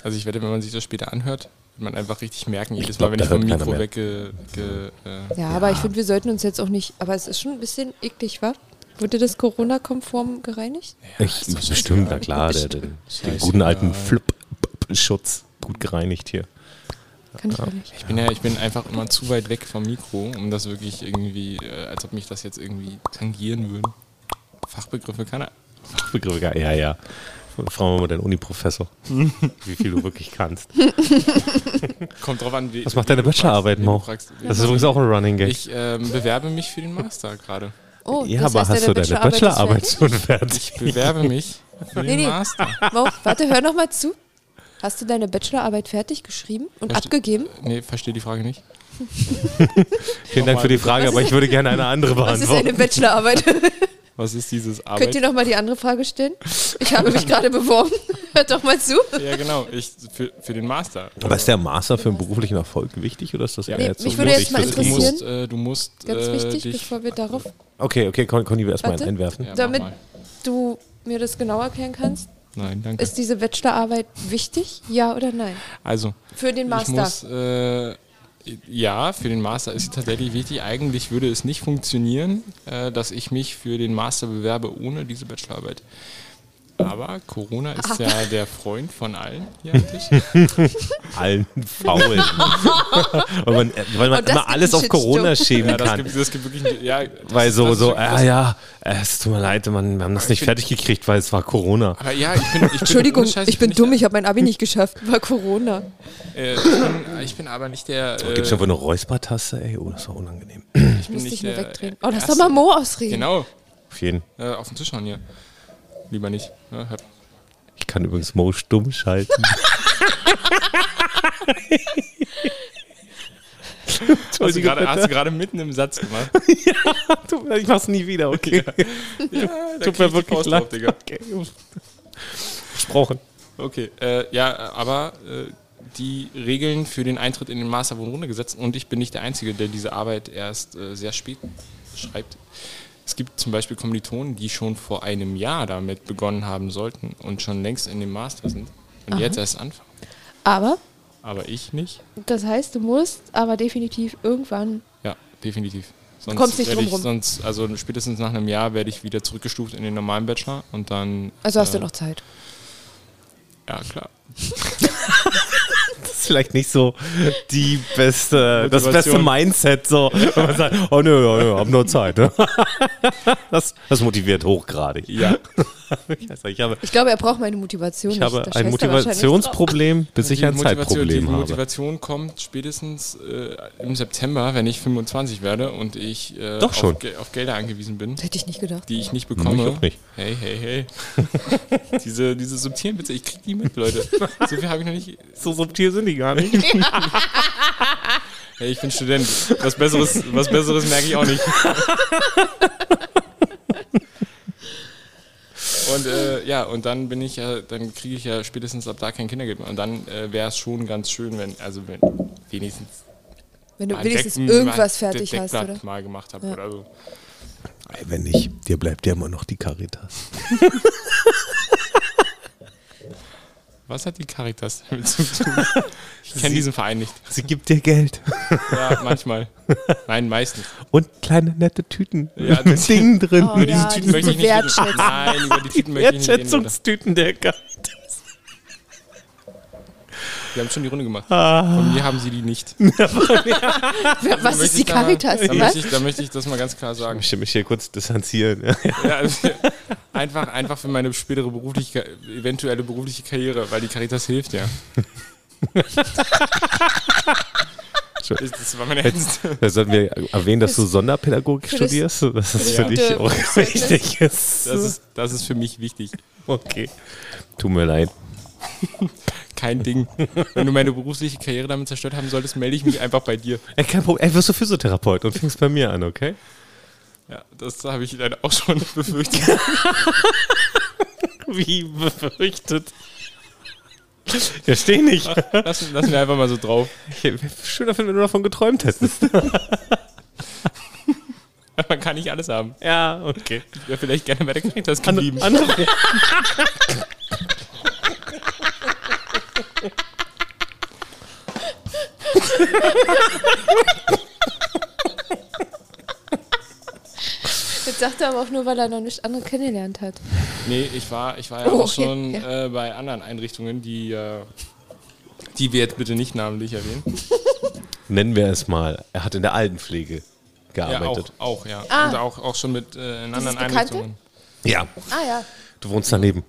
Also ich werde, wenn man sich das später anhört, wird man einfach richtig merken, jedes
glaub,
Mal, wenn
da
ich vom
hört keiner
Mikro
mehr.
wegge... Ge, äh,
ja, aber ich finde, wir sollten uns jetzt auch nicht. Aber es ist schon ein bisschen eklig, wa? Wurde das Corona-konform gereinigt?
Ich,
ist doch
bestimmt,
scheißegal.
na klar, der, den, den
Scheißegal.
guten alten Flip-Schutz. Gut gereinigt hier.
Kann ich gar nicht.
ich, bin ja, ich bin einfach immer zu weit weg vom Mikro, um das wirklich irgendwie, äh, als ob mich das jetzt irgendwie tangieren würde. Fachbegriffe kann er.
Begriffe, geil. ja, ja. Fragen wir mal deinen Uni-Professor, wie viel du wirklich kannst.
Kommt drauf an, wie...
Was macht deine Bachelorarbeit,
wie du
Mo?
fragst.
Das ist übrigens auch ein Running Gag.
Ich ähm, bewerbe mich für den Master gerade.
Oh,
ja,
das
aber
heißt,
hast du deine
Bachelorarbeit ist
Bachelorarbeit schon
fertig?
fertig?
Ich bewerbe mich für
Nee,
den
nee.
Master.
Mo, warte, hör noch mal zu. Hast du deine Bachelorarbeit fertig geschrieben und
Verste-
abgegeben?
Nee, verstehe die Frage nicht.
Vielen Dank für die Frage, aber ich würde gerne eine andere
Was ist eine
beantworten.
Bachelorarbeit?
Was ist dieses
Könnt ihr
Arbeit?
noch mal die andere Frage stellen? Ich habe mich gerade beworben. Hört doch mal zu.
Ja, genau. Ich, für, für den Master.
Aber ist der Master für einen beruflichen Erfolg wichtig oder ist das
Nee,
eher jetzt
mich
so
würde
lustig
jetzt mal
fürs
Du
Ego?
interessieren.
musst, äh, du musst
Ganz
äh,
wichtig,
dich,
bevor wir darauf,
Okay, okay, Con- Conny will erstmal
Warte.
einen einwerfen.
Ja, mach
damit
mal.
du mir das genau erklären kannst,
Nein, danke.
ist diese Bachelorarbeit wichtig? Ja oder nein?
also,
Für den Master.
ich muss, äh, ja, für den Master ist sie tatsächlich wichtig. Eigentlich würde es nicht funktionieren, äh, dass ich mich für den Master bewerbe ohne diese Bachelorarbeit. Aber Corona ist ja der Freund von allen hier am Tisch.
Allen Faulen. weil man, weil man
Und Oh, das
immer
gibt
alles
einen
auf Corona schieben
Ja, das
kann.
gibt, das gibt wirklich. nicht- Ja, das-
Weil so,
das-
so, ah ja, äh, es tut mir leid, man, wir haben das nicht fertig gekriegt, weil es war Corona.
Aber ja, ich bin, ich bin
Entschuldigung,
ohne Scheiß,
ich bin
nicht
dumm, ich habe mein Abi nicht geschafft, war Corona.
Äh, ich, bin, ich bin aber nicht der. Äh,
Gibt schon wohl eine Räuspertaste? Ey, oh, das war unangenehm.
ich bin
Musste
nicht
ich mir
der
wegdrehen. Oh, lass
Erste.
doch mal Mo ausreden.
Genau,
Auf jeden
äh, auf den Tisch hauen hier. Lieber nicht. Ne? Hört-
Ich kann übrigens Mo stumm schalten.
Hast du
Entschuldige
gerade- hast du
bitte.
gerade mitten im Satz gemacht?
Tut mir leid, Ich mach's nie wieder, okay?
Da krieg
Tut
ich
mir
die
wirklich
Faust
leid.
drauf, Digga.
Okay. um- Versprochen.
Okay, äh, ja, aber äh, die Regeln für den Eintritt in den Master wurden runtergesetzt und ich bin nicht der Einzige, der diese Arbeit erst äh, sehr spät schreibt. Es gibt zum Beispiel Kommilitonen, die schon vor einem Jahr damit begonnen haben sollten und schon längst in dem Master sind und jetzt erst anfangen.
Aber,
Aber ich nicht.
das heißt, du musst aber definitiv irgendwann.
Ja, definitiv. Sonst
kommst nicht
werd
drum
ich,
rum.
Sonst, also spätestens nach einem Jahr werde ich wieder zurückgestuft in den normalen Bachelor und dann.
Also hast
äh,
du noch Zeit.
Ja, klar.
Das ist vielleicht nicht so die beste, das beste
Motivation.
Mindset, so, wenn man sagt, oh nö, oh, nö hab nur Zeit. Ne? Das, das motiviert hochgradig.
Ja.
Also ich habe,
Ich glaube, er braucht meine Motivation.
ich
nicht.
habe
Da
ein
scheißt er wahrscheinlich drauf.
Motivationsproblem, bis ich ein
die
Zeitproblem habe.
Motivation kommt spätestens äh, im September, wenn ich 25 werde und ich äh,
Doch schon.
Auf, Ge- auf Gelder angewiesen bin,
Hätte ich nicht gedacht.
die ich nicht bekomme.
ich auch nicht.
Hey, hey, hey. diese, diese subtilen Witze, ich krieg die mit, Leute. So viel habe ich noch nicht.
So subtil sind die gar nicht.
Hey, ich bin Student. Was Besseres, was Besseres merke ich auch nicht. Und äh, ja, und dann bin ich ja, dann kriege ich ja spätestens ab da kein Kindergeld mehr. Und dann äh, wäre es schon ganz schön, wenn, also wenn wenigstens
Wenn du
mal
wenigstens
Decken- mal
irgendwas fertig
Deck-
hast,
Deckblatt
oder?
mal gemacht habe
Ja.
oder so.
Wenn nicht, dir bleibt ja immer noch die Caritas.
Was hat die Caritas damit zu tun? Ich kenne diesen Verein nicht.
Sie gibt dir Geld
Ja, manchmal. Nein, meistens.
und kleine nette Tüten
Ja,
mit Dingen drin.
Oh, ja,
Tüten
diese
möchte ich nicht reden.
Wertschätzung.
Nein, über die Tüten möchte ich nicht reden. Leute.
Wertschätzungstüten der Caritas.
Wir haben schon die Runde gemacht.
Ah.
Von mir haben sie die nicht.
Wer- Was ist
Möchte
die
ich da mal-
Caritas?
Da
Was?
möchte, ich, da möchte ich das mal ganz klar sagen.
Ich mich hier kurz distanzieren.
Ja, also, einfach, einfach für meine spätere berufliche, eventuelle berufliche Karriere, weil die Caritas hilft ja. Das, das war meine Ernst.
Da sollten wir erwähnen, dass du Sonderpädagogik
für das-
studierst. Das ist
für
für
das
dich
gute
auch
Berufszeugnis.
wichtig. ist.
Das ist, das ist für mich wichtig.
Okay. Tut mir leid.
Kein Ding. Wenn du meine berufliche Karriere damit zerstört haben solltest, melde ich mich einfach bei dir.
Ey, kein Problem. Ey, wirst du Physiotherapeut und fängst bei mir an, okay?
Ja, das habe ich leider auch schon befürchtet.
Wie befürchtet. Ja, steh nicht.
Lassen, lassen wir einfach mal so drauf.
Ich wär schöner Film, wenn du davon geträumt hättest.
Man kann nicht alles haben.
Ja, okay.
Ich wäre vielleicht gerne bei der Caritas
Andere,
geblieben.
andere.
Jetzt sagt er aber auch nur, weil er noch nicht andere kennengelernt hat.
Nee, ich war, ich war ja
Oh,
auch
okay,
schon
ja.
äh, bei anderen Einrichtungen, die, äh, die wir jetzt bitte nicht namentlich erwähnen.
Nennen wir es mal. Er hat in der Altenpflege
Ja, auch,
gearbeitet.
auch, ja.
Ah.
Und auch, auch schon mit äh, in anderen
Bekannte?
Einrichtungen.
Ja,
Ah ja.
du wohnst daneben.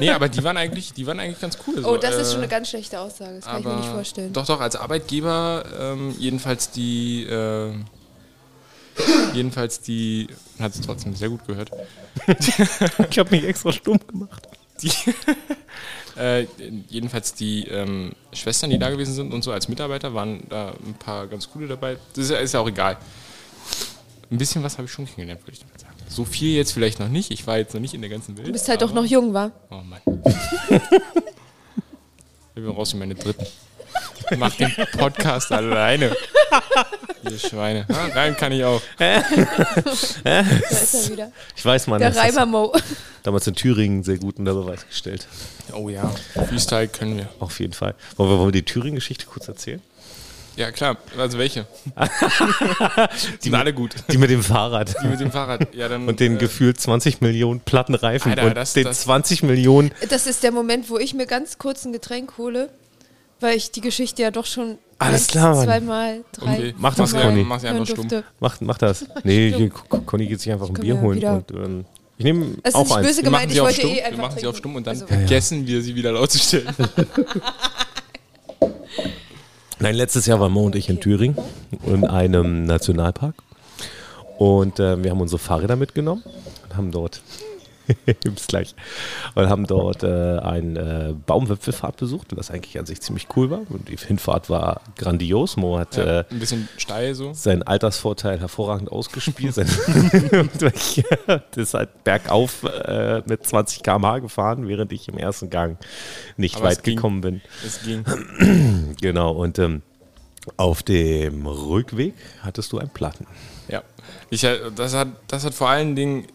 Nee, aber die waren eigentlich, die waren eigentlich ganz cool. So,
Oh, das ist
äh,
schon eine ganz schlechte Aussage. Das kann ich mir nicht vorstellen.
Doch, doch, als Arbeitgeber ähm, jedenfalls die. Äh, jedenfalls die. Hat es trotzdem sehr gut gehört.
Ich habe mich extra stumm gemacht.
Die, äh, jedenfalls die ähm, Schwestern, die da gewesen sind und so als Mitarbeiter, waren da ein paar ganz coole dabei. Das ist ja, ist ja auch egal. Ein bisschen was habe ich schon kennengelernt, würde ich damit sagen. So viel jetzt vielleicht noch nicht. Ich war jetzt noch nicht in der ganzen Welt.
Du bist halt
aber-
doch noch jung, wa?
Oh Mann. ich bin raus in meine dritten. Mach den Podcast alleine. Ihr Schweine. Ah, rein kann ich auch.
Da ist er wieder.
Ich weiß, man
Der
hat das
Reimer Mo.
damals in Thüringen sehr gut unter Beweis gestellt.
Oh ja. Freestyle können wir.
Auf jeden Fall. Wollen wir, wollen wir die Thüringen-Geschichte kurz erzählen?
Ja, klar. Also welche? Sind alle gut.
Die mit dem Fahrrad.
Die mit dem Fahrrad. Ja, dann,
Und den
äh,
gefühlt 20 Millionen platten Reifen
Alter,
und
das-
den
das-
20 Millionen.
Das ist der Moment, wo ich mir ganz kurz ein Getränk hole, weil ich die Geschichte ja doch schon
Alles
eins,
klar, Mann.
zweimal, drei,
Okay.
Mach das,
ja-
Conny.
Mach sie
hören
einfach stumm.
durfte.
Mach, mach das. Nee, hier, Con- Conny geht sich einfach ein
komm
Bier
ja
holen.
wieder.
Und, ähm, ich nehme
Es ist
auch
nicht
eins.
böse
Wir
gemeint,
machen, sie
ich
auf
wollte
stumm,
eh einfach
wir machen sie auf
trinken.
stumm und dann
Also,
vergessen wir, sie wieder laut zu stellen.
Nein, letztes Jahr waren Mo und ich in Thüringen in einem Nationalpark. Und äh, wir haben unsere Fahrräder mitgenommen und haben dort, bis gleich, und haben dort äh, eine äh, Baumwipfelfahrt besucht, was eigentlich an sich ziemlich cool war. Und die Hinfahrt war grandios. Mo hat
Ja,
äh,
ein bisschen steil so.
seinen Altersvorteil hervorragend ausgespielt. Sein- Und ich- das ist halt bergauf äh, mit 20 km/h gefahren, während ich im ersten Gang nicht
Aber es
weit
ging.
gekommen bin.
Es ging.
Genau, und ähm, auf dem Rückweg hattest du einen Platten.
Ja. Ich, äh, das, hat, das hat vor allen Dingen,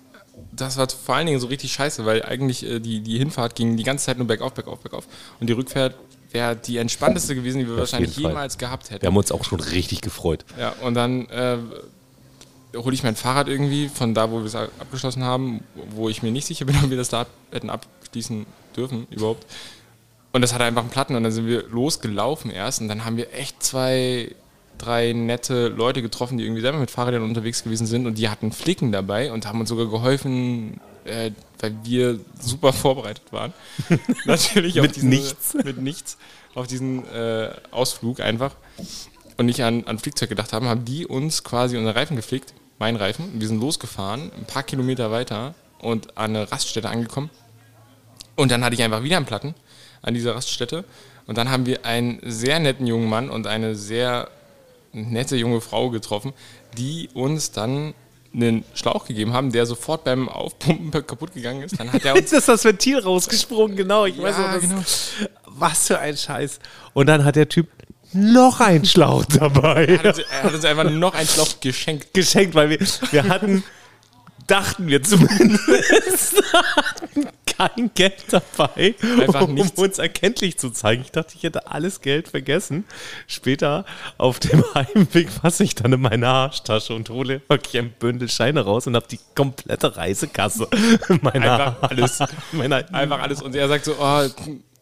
das war vor allen Dingen so richtig scheiße, weil eigentlich äh, die, die Hinfahrt ging die ganze Zeit nur bergauf, bergauf, bergauf. Und die Rückfahrt wäre die entspannteste gewesen, die wir wahrscheinlich
jeden Fall.
jemals gehabt hätten.
Wir haben uns auch schon richtig gefreut.
Ja, und dann äh, hole ich mein Fahrrad irgendwie von da, wo wir es a- abgeschlossen haben, wo ich mir nicht sicher bin, ob wir das da ab- hätten abschließen dürfen überhaupt. Und das hatte einfach einen Platten und dann sind wir losgelaufen erst und dann haben wir echt zwei, drei nette Leute getroffen, die irgendwie selber mit Fahrrädern unterwegs gewesen sind und die hatten Flicken dabei und haben uns sogar geholfen, äh, weil wir super vorbereitet waren. Natürlich auf
Mit
diesen,
nichts.
Mit nichts. Auf diesen äh, Ausflug einfach und nicht an, an Flugzeug gedacht haben, haben die uns quasi unseren Reifen geflickt, meinen Reifen. Wir sind losgefahren, ein paar Kilometer weiter und an eine Raststätte angekommen. Und dann hatte ich einfach wieder einen Platten an dieser Raststätte. Und dann haben wir einen sehr netten jungen Mann und eine sehr nette junge Frau getroffen, die uns dann einen Schlauch gegeben haben, der sofort beim Aufpumpen kaputt gegangen ist. Dann hat er uns
ist das Ventil rausgesprungen, genau. Ich
Ja, genau.
Was für ein Scheiß. Und dann hat der Typ noch einen Schlauch dabei.
hat uns, er hat uns einfach noch einen Schlauch geschenkt.
geschenkt, weil wir, wir hatten, dachten wir zumindest, hatten kein Geld dabei,
Einfach
um
nichts.
uns erkenntlich zu zeigen. Ich dachte, ich hätte alles Geld vergessen. Später auf dem Heimweg fasse ich dann in meine Arschtasche und hole wirklich ein Bündel Scheine raus und habe die komplette Reisekasse in meiner,
Einfach alles.
meiner
einfach alles. Und er sagt so, oh,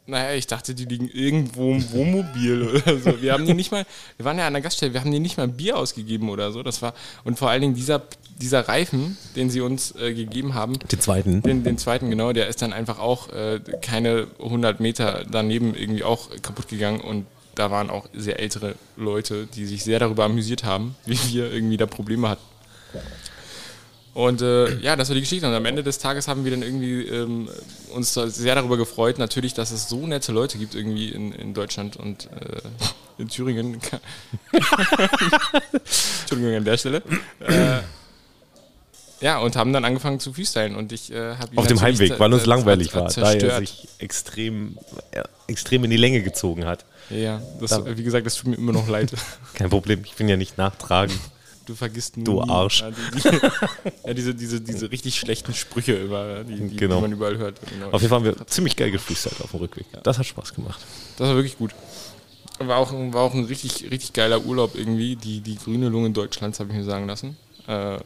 naja, ich dachte, die liegen irgendwo im Wohnmobil oder so. Wir haben die nicht mal, wir waren ja an der Gaststätte, wir haben die nicht mal ein Bier ausgegeben oder so. Das war, und vor allen Dingen dieser, dieser Reifen, den sie uns äh, gegeben haben,
den zweiten.
den, den zweiten genau, der ist dann einfach auch äh, keine 100 Meter daneben irgendwie auch kaputt gegangen und da waren auch sehr ältere Leute, die sich sehr darüber amüsiert haben, wie wir irgendwie da Probleme hatten. Und äh, ja, das war die Geschichte. Und am Ende des Tages haben wir dann irgendwie ähm, uns da sehr darüber gefreut, natürlich, dass es so nette Leute gibt irgendwie in, in Deutschland und äh, in Thüringen. Entschuldigung an der Stelle. Äh, ja, und haben dann angefangen zu freestylen und ich äh, habe
Auf dem Heimweg, weil uns langweilig war, da er
äh, Zerstört.
sich extrem, ja, extrem in die Länge gezogen hat.
Ja, das,
Da-
wie gesagt, das tut mir immer noch leid.
Kein Problem, ich bin ja nicht nachtragend.
Du vergisst nie.
Du Arsch.
Ja, die, die, ja diese, diese, diese richtig schlechten Sprüche immer, die, die,
Genau.
die man überall hört. Genau.
Auf jeden Fall haben wir ziemlich geil gefreestylt auf dem Rückweg. Das hat Spaß gemacht.
Das war wirklich gut. War auch, war auch ein richtig, richtig geiler Urlaub irgendwie. Die, die grüne Lunge Deutschlands, habe ich mir sagen lassen. Äh,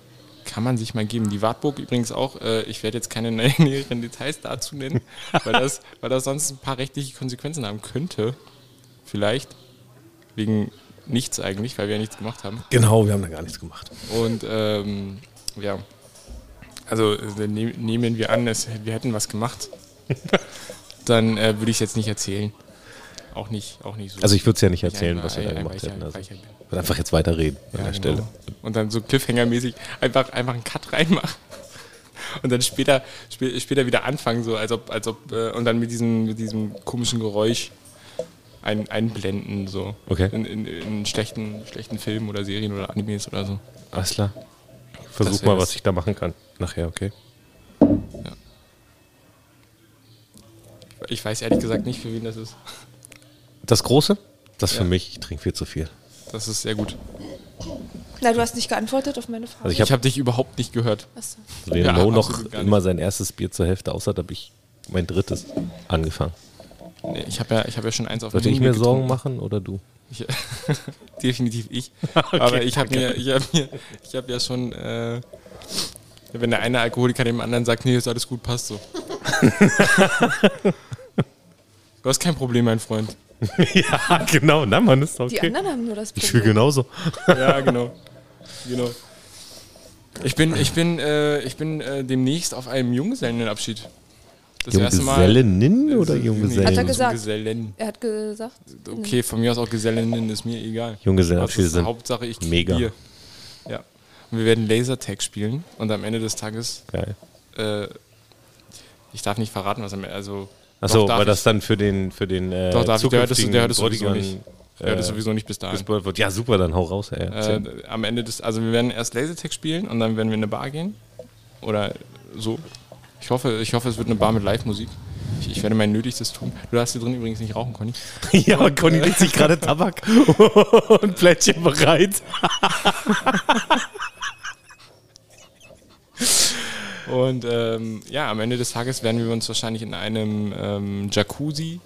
kann man sich mal geben. Die Wartburg übrigens auch. Äh, ich werde jetzt keine nä- näheren Details dazu nennen, weil das, weil das sonst ein paar rechtliche Konsequenzen haben könnte. Vielleicht. Wegen nichts eigentlich, weil wir ja nichts gemacht haben.
Genau, wir haben da gar nichts gemacht.
Und ähm, ja, also äh, ne, nehmen wir an, es, wir hätten was gemacht, dann äh, würde ich es jetzt nicht erzählen. Auch nicht, auch nicht so.
Also ich würde es ja nicht
Weil ich
erzählen,
ein-
was wir da
ein-
gemacht
weil ich ein-
hätten. Also
weil ich
ich
ein- ja,
würde einfach jetzt weiterreden an der
genau.
Stelle.
Und dann so Cliffhanger-mäßig einfach, einfach einen Cut reinmachen. Und dann später, spä- später wieder anfangen, so als ob, als ob, äh, und dann mit diesem, mit diesem komischen Geräusch ein, einblenden, so.
Okay.
In, in, in schlechten, schlechten Filmen oder Serien oder Animes oder so.
Alles klar. versuch
Das
mal,
wär's.
was ich da machen kann. Nachher, okay.
Ich weiß ehrlich gesagt nicht, für wen das ist.
Das Große? Das
Ja.
für mich, ich trinke viel zu viel.
Das ist sehr gut.
Na, du hast nicht geantwortet auf meine Frage.
Also ich
Ich habe
habe
hab dich überhaupt nicht gehört.
Achso.
Leo
Ja,
Mo noch
absolut gar nicht.
immer sein erstes Bier zur Hälfte, außer da habe ich mein drittes angefangen.
Nee, ich habe ja, ich hab ja schon eins auf dem
Sollte ich
Handy
mir Sorgen
getrunken.
machen oder du?
Ich, definitiv ich. Aber ich habe mir, ich habe mir, ich habe ja schon, äh, wenn der eine Alkoholiker dem anderen sagt, nee, ist alles gut, passt so. du hast kein Problem, mein Freund.
ja, genau, na man ist
Die anderen haben nur das
Ich fühle
Problem.
genauso.
Ja, genau, genau. Ich bin, ich bin, äh, ich bin äh, demnächst auf einem Junggesellenabschied. Das
Junggesellinnen oder
Nee,
Hat er
Junggesellen?
gesagt?
Gesellen.
genau-
Er hat gesagt,
Okay, von mir aus auch Gesellinnen, ist mir egal.
Junggesellenabschiede
Das ist
sind
Hauptsache ich krieg
mega.
Bier. Ja. Und wir werden Lasertag spielen und am Ende des Tages,
Geil.
äh, ich darf nicht verraten, was am Ende, also.
Achso,
doch darf
war das
ich,
dann für den, für den äh,
Doch, darf ich, der hört es-
zukünftigen
der hört es sowieso
Bräutigam
nicht. der hört es
äh,
sowieso nicht bis dahin.
gespürt wird? Ja, super, dann hau raus. Ey. Erzähl.
Äh, am Ende des, also wir werden erst Lasertag spielen und dann werden wir in eine Bar gehen. Oder so. Ich hoffe, ich hoffe, es wird eine Bar mit Live-Musik. Ich, ich werde mein Nötigstes tun. Du darfst hier drin übrigens nicht rauchen, Conny.
Ja, und äh, Conny legt sich gerade Tabak und Plättchen bereit.
Und ähm, ja, am Ende des Tages werden wir uns wahrscheinlich in einem ähm, Jacuzzi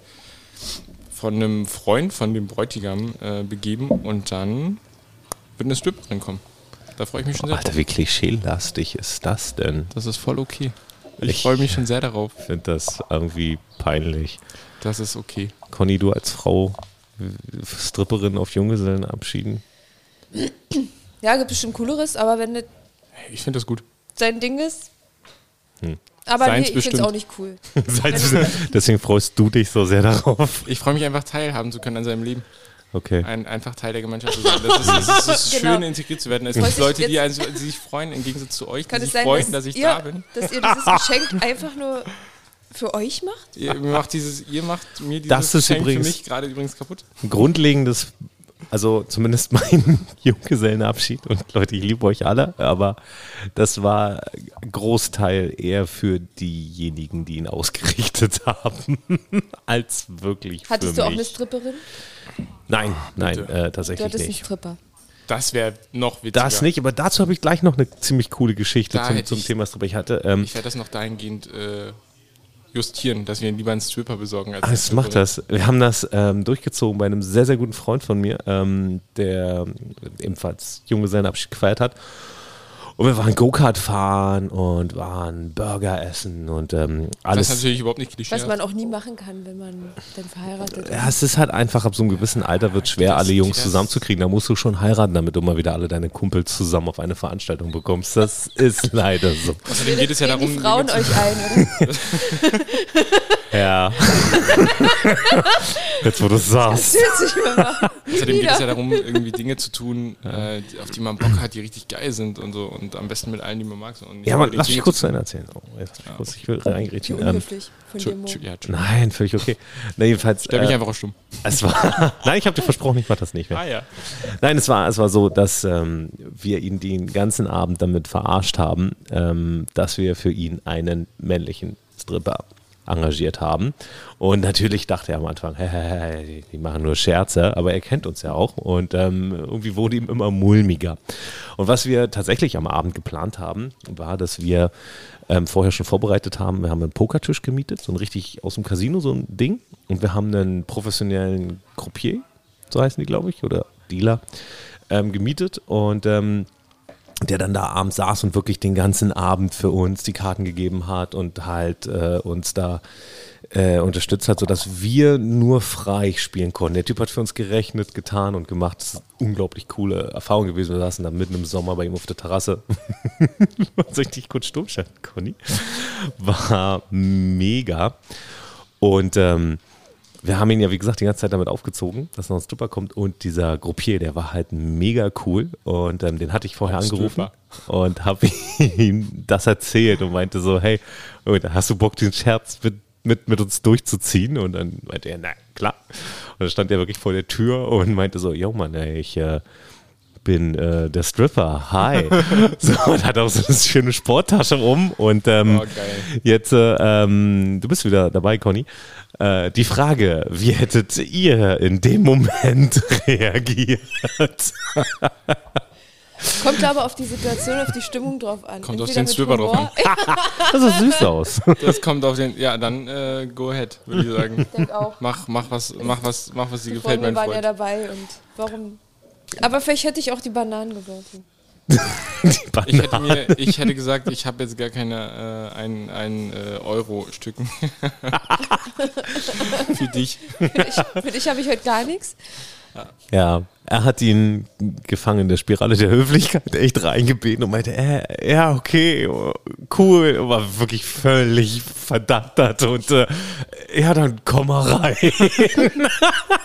von einem Freund, von dem Bräutigam, äh, begeben und dann wird eine Strip drin kommen. Da freue ich mich schon sehr drauf.
Alter, wie klischeelastig ist das denn?
Das ist voll okay.
Ich-
Ich freue mich schon sehr darauf.
Ich finde das irgendwie peinlich.
Das ist okay.
Conny, du als Frau, äh, Stripperin auf Junggesellenabschieden.
ja, gibt bestimmt Cooleres, aber wenn das
Hey, ich finde das gut.
sein Ding ist.
Hm.
Aber
Seins
nee, ich finde es
bestimmt.
auch nicht cool.
Also Deswegen freust du dich so sehr darauf.
Ich freue mich einfach teilhaben zu können an seinem Leben.
Okay.
Ein, einfach Teil der Gemeinschaft zu sein. Das ist, das ist
Genau.
schön, integriert zu werden. Es
Wollte
gibt
ich
Leute, die,
jetzt-
also, die sich freuen, im Gegensatz zu euch, die
Kann
sich
es sein,
freuen,
dass,
dass ich
ihr,
da bin.
dass ihr dieses Geschenk einfach nur für euch macht?
Ihr macht, dieses, ihr macht mir dieses
Das ist
Geschenk
übrigens-
für mich gerade übrigens kaputt.
Ein grundlegendes, also zumindest mein Junggesellenabschied und Leute, ich liebe euch alle, aber das war Großteil eher für diejenigen, die ihn ausgerichtet haben, als wirklich
Hattest
für
du auch eine
mich.
Stripperin?
nein, nein,
Bitte.
äh,
Du
tatsächlich
hattest einen
nicht.
Stripper.
Das wäre noch witziger.
Das nicht, aber dazu habe ich gleich noch eine ziemlich coole Geschichte
Da
zum,
hätte
zum
ich-
Thema Stripper. Ich hatte, ähm,
Ich werde das noch dahingehend äh, justieren, dass wir lieber einen Stripper besorgen als
Ah, Es macht das. Wir haben das ähm, durchgezogen bei einem sehr, sehr guten Freund von mir, ähm, der ebenfalls Junggesellenabschied gefeiert hat. Und wir waren Go-Kart fahren und waren Burger essen und ähm,
Das ist
alles.
natürlich überhaupt nicht klischee.
Was man auch nie machen kann, wenn man dann verheiratet ist.
Ja, es ist halt einfach, ab so einem gewissen Alter wird schwer,
Das-
alle Jungs
das-
zusammenzukriegen. Da musst du schon heiraten, damit du mal wieder alle deine Kumpels zusammen auf eine Veranstaltung bekommst. Das ist leider so.
Außerdem geht es ja
Reden
darum,
die Frauen
Dinge
euch ein, oder?
Ja. Jetzt, wo du es sagst.
Das sich mir mal.
zu, außerdem geht es ja darum, irgendwie Dinge zu tun, äh, die- auf die man Bock hat, die richtig geil sind und so. Und am besten mit allen, die man mag. So. Und nicht
Ja, aber
unbedingt
lass mich
Dinge
kurz zu Ende erzählen. Oh, jetzt lass mich kurz, ich will
Wie
reingrätschen. Ähm,
unhöflich von
zu-
dir, Mo.
Tschu- Ja, Tschu-
Nein, völlig okay. Na, jedenfalls,
Stell mich
äh,
einfach auch stumm.
es war. Nein, ich habe dir versprochen, ich mache das nicht mehr.
Ah ja.
Nein, es war, es war so, dass ähm, wir ihn den ganzen Abend damit verarscht haben, ähm, dass wir für ihn einen männlichen Stripper engagiert haben. Und natürlich dachte er am Anfang, hä, hä, hä, die- die machen nur Scherze, aber er kennt uns ja auch und ähm, irgendwie wurde ihm immer mulmiger. Und was wir tatsächlich am Abend geplant haben, war, dass wir ähm, vorher schon vorbereitet haben. Wir haben einen Pokertisch gemietet, so ein richtig aus dem Casino, so ein Ding. Und wir haben einen professionellen Croupier, so heißen die, glaube ich, oder Dealer, ähm, gemietet und ähm, der dann da abends saß und wirklich den ganzen Abend für uns die Karten gegeben hat und halt äh, uns da äh, unterstützt hat, sodass wir nur frei spielen konnten. Der Typ hat für uns gerechnet, getan und gemacht. Das ist eine unglaublich coole Erfahrung gewesen. Wir saßen da mitten im Sommer bei ihm auf der Terrasse. Soll ich dich kurz stumm schalten, Conny? War mega. Und ähm, wir haben ihn ja, wie gesagt, die ganze Zeit damit aufgezogen, dass noch ein Stripper kommt. Und dieser Gruppier, der war halt mega cool. Und ähm, den hatte ich vorher angerufen
Stripper.
und habe ihm das erzählt und meinte so, hey, und hast du Bock, den Scherz mit, mit, mit uns durchzuziehen? Und dann meinte er, na klar. Und dann stand er wirklich vor der Tür und meinte so, yo Mann, ey, ich... Äh, bin äh, der Stripper, hi. so, und hat auch so eine schöne Sporttasche um. Und ähm,
Oh, geil.
jetzt, äh, ähm, du bist wieder dabei, Conny. Äh, die Frage, wie hättet ihr in dem Moment reagiert?
Kommt aber auf die Situation, auf die Stimmung drauf an.
Kommt auf
Entweder
den
mit
Stripper drauf
Humor-
Das sah süß aus.
Das kommt auf den. Ja, dann äh, go ahead, würde ich sagen.
Ich denke auch.
Mach, mach was, mach was, mach was dir
Die
gefällt,
Freunde
mein
waren ja
Freund.
dabei und warum. Aber vielleicht hätte ich auch die Bananen geworfen.
Die
Ich hätte,
Banane.
mir, ich hätte gesagt, ich habe jetzt gar keine äh, ein, ein äh, Euro-Stücken. Für dich.
Für dich, für dich habe ich heute gar nichts.
Ja, er hat ihn gefangen in der Spirale der Höflichkeit echt reingebeten und meinte, äh, ja, okay, oh, cool, war wirklich völlig verdattert und äh, ja, dann komm mal rein.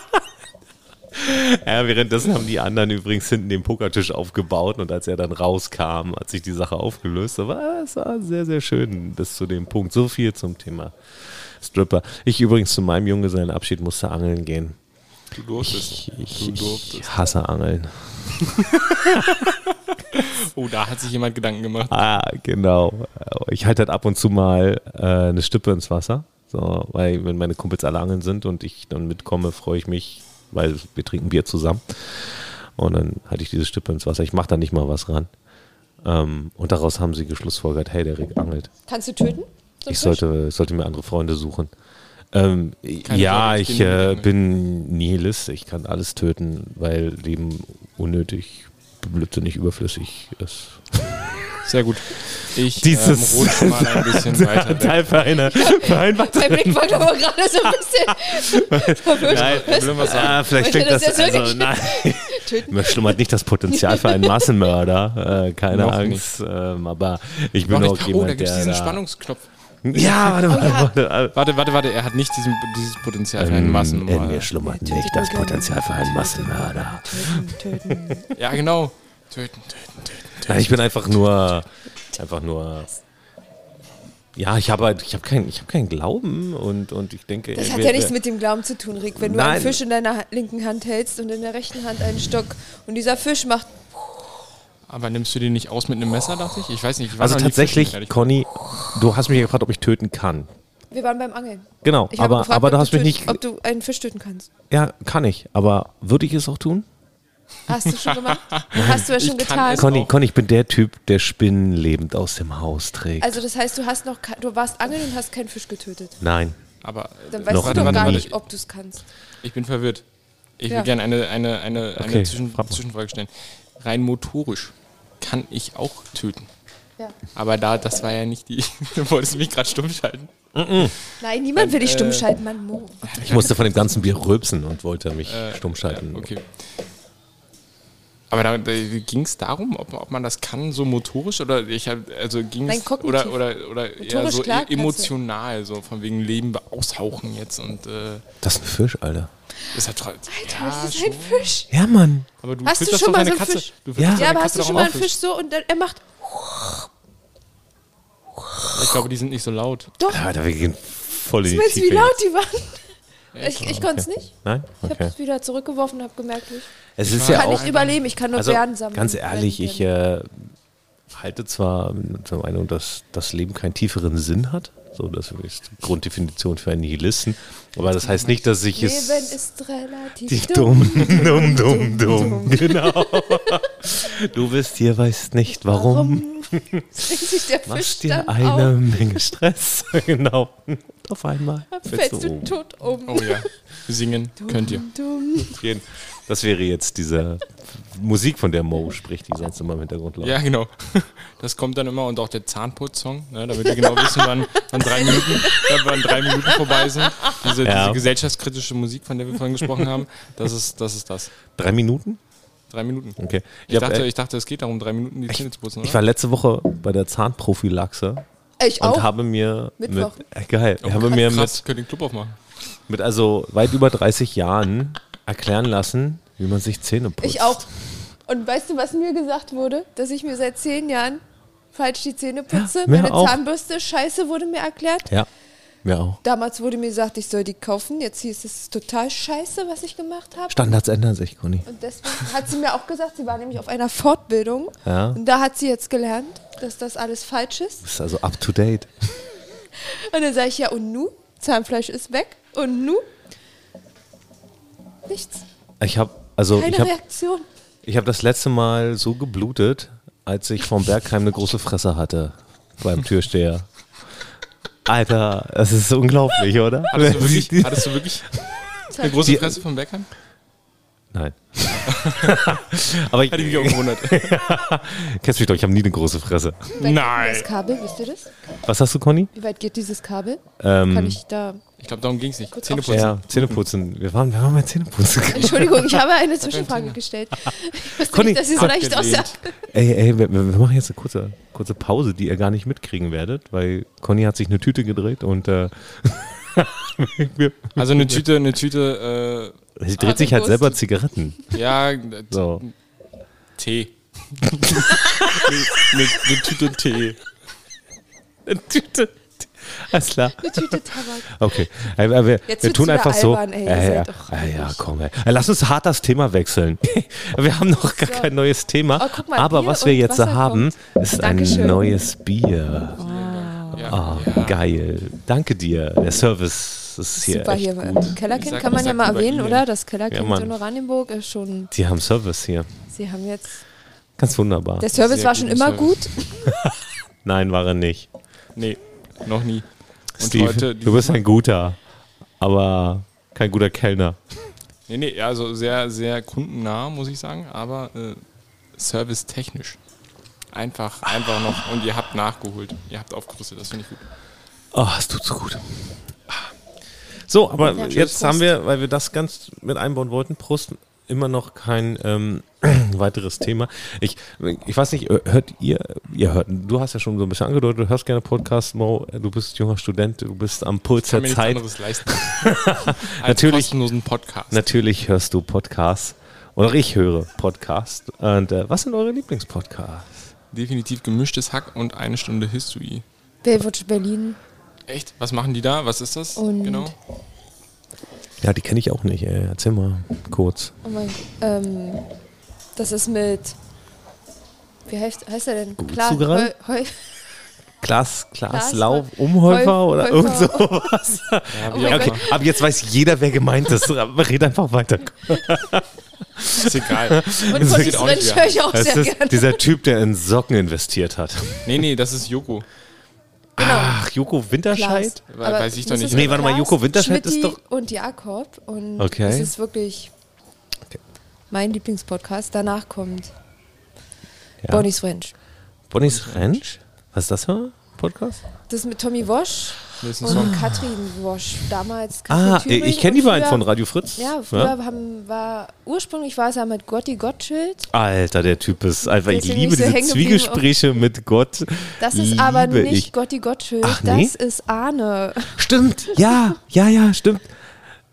ja, währenddessen haben die anderen übrigens hinten den Pokertisch aufgebaut und als er dann rauskam, hat sich die Sache aufgelöst. Aber äh, es war sehr, sehr schön bis zu dem Punkt. So viel zum Thema Stripper. Ich übrigens zu meinem Junggesellenabschied musste angeln gehen.
Du durftest.
Ich,
Du durftest.
ich hasse Angeln.
Oh, da hat sich jemand Gedanken gemacht.
Ah, genau. Ich halte halt ab und zu mal äh, eine Stippe ins Wasser. So, weil wenn meine Kumpels alle angeln sind und ich dann mitkomme, freue ich mich, weil wir trinken Bier zusammen. Und dann halte ich diese Stippe ins Wasser. Ich mache da nicht mal was ran. Ähm, und daraus haben sie geschlussfolgert, hey, der Rick angelt.
Kannst du töten? So
Ich
frisch?
sollte, ich sollte mir andere Freunde suchen. Ähm, ja,
Sorge, ich
ich
bin nie
äh,
angeln.
bin Nihilist. Ich kann alles töten, weil Leben unnötig, blödsinnig, überflüssig ist.
Sehr gut. Ich
Dieses-
ähm, rutsch mal ein bisschen weiter weg.
Teil für eine, für ein
Mein Blick wollte aber gerade so ein bisschen verwirrt.
Nein,
Problem, was sagen.
ah, vielleicht
Wollte
klingt
das
das, also,
jetzt wirklich
nein.
töten.
Mir schlummert nicht das Potenzial für einen Massenmörder, äh, keine
Noch
Angst, ähm, aber ich
Noch
bin auch
nicht. Oh,
jemand,
da gibt es
der
diesen
da-
Spannungsknopf.
Ja, warte,
Oh,
warte, warte, warte.
Warte, warte, warte, er hat nicht diesen, dieses Potenzial für einen
In mir
Massenmörder.
schlummert nicht das Potenzial für einen Massenmörder.
Ja, genau. Töten, töten, töten.
Nein, ich bin einfach nur, einfach nur. Ja, ich habe, halt- ich habe keinen, ich habe keinen Glauben und und ich denke.
Das
ey,
hat
wer-
ja
wer-
nichts mit dem Glauben zu tun, Rick. Wenn du
Nein.
einen Fisch in deiner Ha- linken Hand hältst und in der rechten Hand einen Stock und dieser Fisch macht.
Aber nimmst du den nicht aus mit einem Messer, dachte ich? Ich weiß nicht. Ich war
Also
noch nie
tatsächlich,
fischen, ehrlich.
Conny, du hast mich ja gefragt, ob ich töten kann.
Wir waren beim Angeln.
Genau,
Ich habe
aber,
gefragt,
aber du
ob
hast mich
töten-
nicht.
Ob du einen Fisch töten kannst.
Ja, kann ich. Aber würde ich es auch tun?
Hast du schon gemacht? Hast du ja schon
Ich kann
getan.
es-
Conny,
auch.
Conny, ich bin der Typ, der Spinnen lebend aus dem Haus trägt.
Also das heißt, du hast noch ke- du warst angeln und hast keinen Fisch getötet.
Nein.
Aber
Dann
äh,
weißt
Noch
du doch
nie.
gar
Warte,
nicht, ob du es kannst.
ich bin verwirrt. Ich
Ja.
will gerne eine, eine, eine, eine
Okay,
Zwischen
frag mal.
Zwischenfrage stellen. Rein motorisch kann ich auch töten.
Ja.
Aber da, das war ja nicht die. du wolltest mich gerade stumm schalten.
Nein, niemand will dich
Äh,
stumm schalten, Mann Mo.
Ich musste von dem ganzen Bier rülpsen und wollte mich
Äh,
stumm schalten.
Ja, okay. Aber da, da ging es darum, ob, ob man das kann, so motorisch oder ich hab, also ging
Nein,
es
kognitiv.
oder oder oder eher
Motorisch,
so
klar,
e- emotional, so von wegen Leben aushauchen jetzt und äh,
Das ist ein Fisch, Alter.
ist halt Alter,
Das ist ein Fisch.
Ja, Mann.
Aber du
Hast du
fütterst
schon
doch
mal
deine
so einen
Katze.
Fisch?
Du fütterst
Ja.
deine
Ja, aber hast
Katze
du
doch
schon
auch
mal einen Fisch so und dann, er macht
Ich glaube, die sind nicht so laut.
doch.
Alter, wir gehen voll in die
Meinst du,
Tiefe.
wie laut
jetzt.
die waren? Ich, ich konnte es nicht.
Nein?
Ich habe
Okay.
es wieder zurückgeworfen und habe gemerkt, ich
Es ist
kann
ja auch.
nicht überleben, ich kann nur
Also,
Bären sammeln.
ganz ehrlich, ich
Äh,
äh, halte zwar zur Meinung, dass das Leben keinen tieferen Sinn hat. So, das ist die Grunddefinition für einen Nihilisten. Aber das heißt nicht, dass ich
Leben
es.
ist relativ
Die
dumm.
dumm, dumm, dumm, dumm. Genau. Du bist hier, weißt nicht warum.
Denkt sich der Fisch
Machst
dann
dir eine
auf,
Menge Stress. Genau. Und auf einmal
fällst du tot um.
Oh ja. Singen könnt ihr.
Dumm.
um. Das wäre jetzt diese Musik, von der Mo spricht, die sonst immer im Hintergrund läuft.
Ja, genau. Das kommt dann immer und auch der Zahnputzsong, ne, damit wir genau wissen, wann, wann, drei Minuten, äh, wann drei Minuten vorbei sind. Diese,
Ja.
diese gesellschaftskritische Musik, von der wir vorhin gesprochen haben, das ist das. Ist das.
Drei Minuten?
Drei Minuten.
Okay.
Ich,
hab,
dachte,
äh,
ich dachte, es geht darum, drei Minuten die Zähne zu putzen, oder?
ich war letzte Woche bei der Zahnprophylaxe
Ich
und
auch.
habe mir
Mittwoch.
mit äh, geil,
Oh,
habe
krass,
mir mit,
krass, könnt den Club aufmachen.
mit also weit über 30 Jahren erklären lassen, wie man sich Zähne putzt.
Ich auch. Und weißt du, was mir gesagt wurde? Dass ich mir seit zehn Jahren falsch die Zähne putze.
mir
Meine
auch.
Zahnbürste scheiße wurde mir erklärt.
Ja. Mir auch.
Damals wurde mir gesagt, ich soll die kaufen. Jetzt hieß es total scheiße, was ich gemacht habe.
Standards ändern sich, Conny.
Und deswegen hat sie mir auch gesagt, sie war nämlich auf einer Fortbildung.
Ja.
Und da hat sie jetzt gelernt, dass das alles falsch ist.
Das ist also up to date.
Und dann sage ich, ja, und nu? Zahnfleisch ist weg. Und nu? Nichts.
Ich habe also
Keine
ich habe
Reaktion.
ich habe das letzte Mal so geblutet, als ich vom Bergheim eine große Fresse hatte beim Türsteher. Alter, das ist unglaublich, oder?
Hattest du wirklich, hattest du wirklich eine große
Die-
Fresse vom Beckham?
Nein. Aber ich,
Hätte ich mich auch gewundert.
kennst mich doch, ich habe nie eine große Fresse.
Nein.
Das Kabel, wisst ihr das?
Was hast du, Conny?
Wie weit geht dieses Kabel? Kann
Ähm,
ich da.
Ich glaube, darum ging es nicht.
Kurz
Zähneputzen.
ja, Zähneputzen. Wir waren, wir waren bei Zähneputzen.
Entschuldigung, ich habe eine Zwischenfrage gestellt. Ich wusste
Conny,
nicht, dass sie so leicht
abgelehnt.
aussah.
Ey, ey, wir, wir machen jetzt eine kurze, kurze Pause, die ihr gar nicht mitkriegen werdet, weil Conny hat sich eine Tüte gedreht und äh, wir-
Also eine Tüte, eine Tüte,
sie dreht sich halt
Currywurst.
selber Zigaretten.
äh, ja, äh,
So.
Tee. eine, eine Tüte Tee.
Eine Tüte. Alles klar.
Eine Tüte Tabak.
Okay. Äh, äh, wir wir
Jetzt wird's
tun
wieder
einfach so.
albern, ey, ihr
äh, ja,
seid doch
äh, ja,
ruhig.
komm. Ey. Äh, Lass uns hart das Thema wechseln. wir haben noch gar kein neues Thema.
Oh, guck mal,
aber
Bier
was wir
und
jetzt
Wasser
haben, ist ein
Dankeschön. Oh,
neues Bier.
Ja.
Ah, geil. Danke dir. Der Service ist hier.
Super
echt
hier.
gut.
ähm,
Ich
Kellerkind
sag-
kann man
ich
ja
sag
mal
über
erwähnen,
Ihnen.
oder? Das Kellerkind
Mann.
in Oranienburg ist schon.
Die haben Service hier.
Sie haben jetzt.
Ganz wunderbar.
Der Service
Sehr
war schon
guten
immer
Service.
gut.
Nein, war er nicht.
Nee, noch nie. Und
Steve,
heute,
du bist ein guter, aber kein guter Kellner.
nee, nee, ja, also sehr, sehr kundennah, muss ich sagen, aber äh, servicetechnisch. Einfach, einfach noch. Und ihr habt nachgeholt. Ihr habt aufgerüstet, das finde ich gut.
Oh, es tut so gut. So, aber
Ja,
jetzt
Prost.
haben wir, weil wir das ganz mit einbauen wollten, Prost, immer noch kein ähm, weiteres Thema. Ich, ich weiß nicht, hört ihr, ihr hört, du hast ja schon so ein bisschen angedeutet, du hörst gerne Podcasts, Mo, du bist junger Student, du bist am Puls der
Kann mir nichts
Zeit.
anderes leisten. Als
Natürlich.
kostenlosen Podcast.
Natürlich hörst du Podcasts. Und auch ich höre Podcasts. Und äh, was sind eure Lieblingspodcasts?
Definitiv gemischtes Hack und eine Stunde History.
Baywatch Berlin.
Echt? Was machen die da? Was ist das?
Und-
genau.
Ja, die kenne ich auch nicht. Ey. Erzähl mal kurz.
Oh mein Gott. Ähm, das ist mit. Wie heißt, heißt er denn?
Gut
Klar,
zugerannt?
Heu, Heu,
Klaas, Klaas
Klaas,
Lau,
Heu-
Umhäufer
Heu-
oder
Häufer.
irgend sowas.
Ja,
Oh
wie
mein
auch
Gott.
Okay,
immer.
ab jetzt weiß jeder, wer gemeint ist. Red einfach weiter.
Ist egal.
Und von
geht
diesem
auch nicht
Mensch
mehr.
höre ich auch
Das
sehr
ist
gerne.
dieser Typ, der in Socken investiert hat.
Nee, nee, das ist Joko.
Ach, Joko Winterscheid?
Klaas.
Weil-
Aber
weiß ich doch
das
nicht.
ist
Nee, warte mal,
Klaas,
Joko Winterscheid ist
Schmidti
doch-
Und Jakob. Und
Okay.
das ist wirklich mein Lieblingspodcast. Danach kommt
Ja.
Bonnie's Ranch.
Bonnie's Ranch? Was ist das für ein Podcast?
Das mit Tommy Wosch
Das ist ein
und
Song.
Katrin Wosch. Damals Katrin
Ah,
Thüring
ich kenne die
und
beiden
äh, früher-
von Radio Fritz.
Ja, früher Haben, war, ursprünglich war es ja mit Gotti Gottschild.
Alter, der Typ ist einfach,
Der
ich
ist ja
liebe
nicht so
diese
hängen geblieben
Zwiegespräche mit Gott.
Das ist
liebe
aber nicht
Ich.
Gotti Gottschild,
Ach,
das
nee?
ist Arne.
Stimmt, ja, ja, ja, stimmt.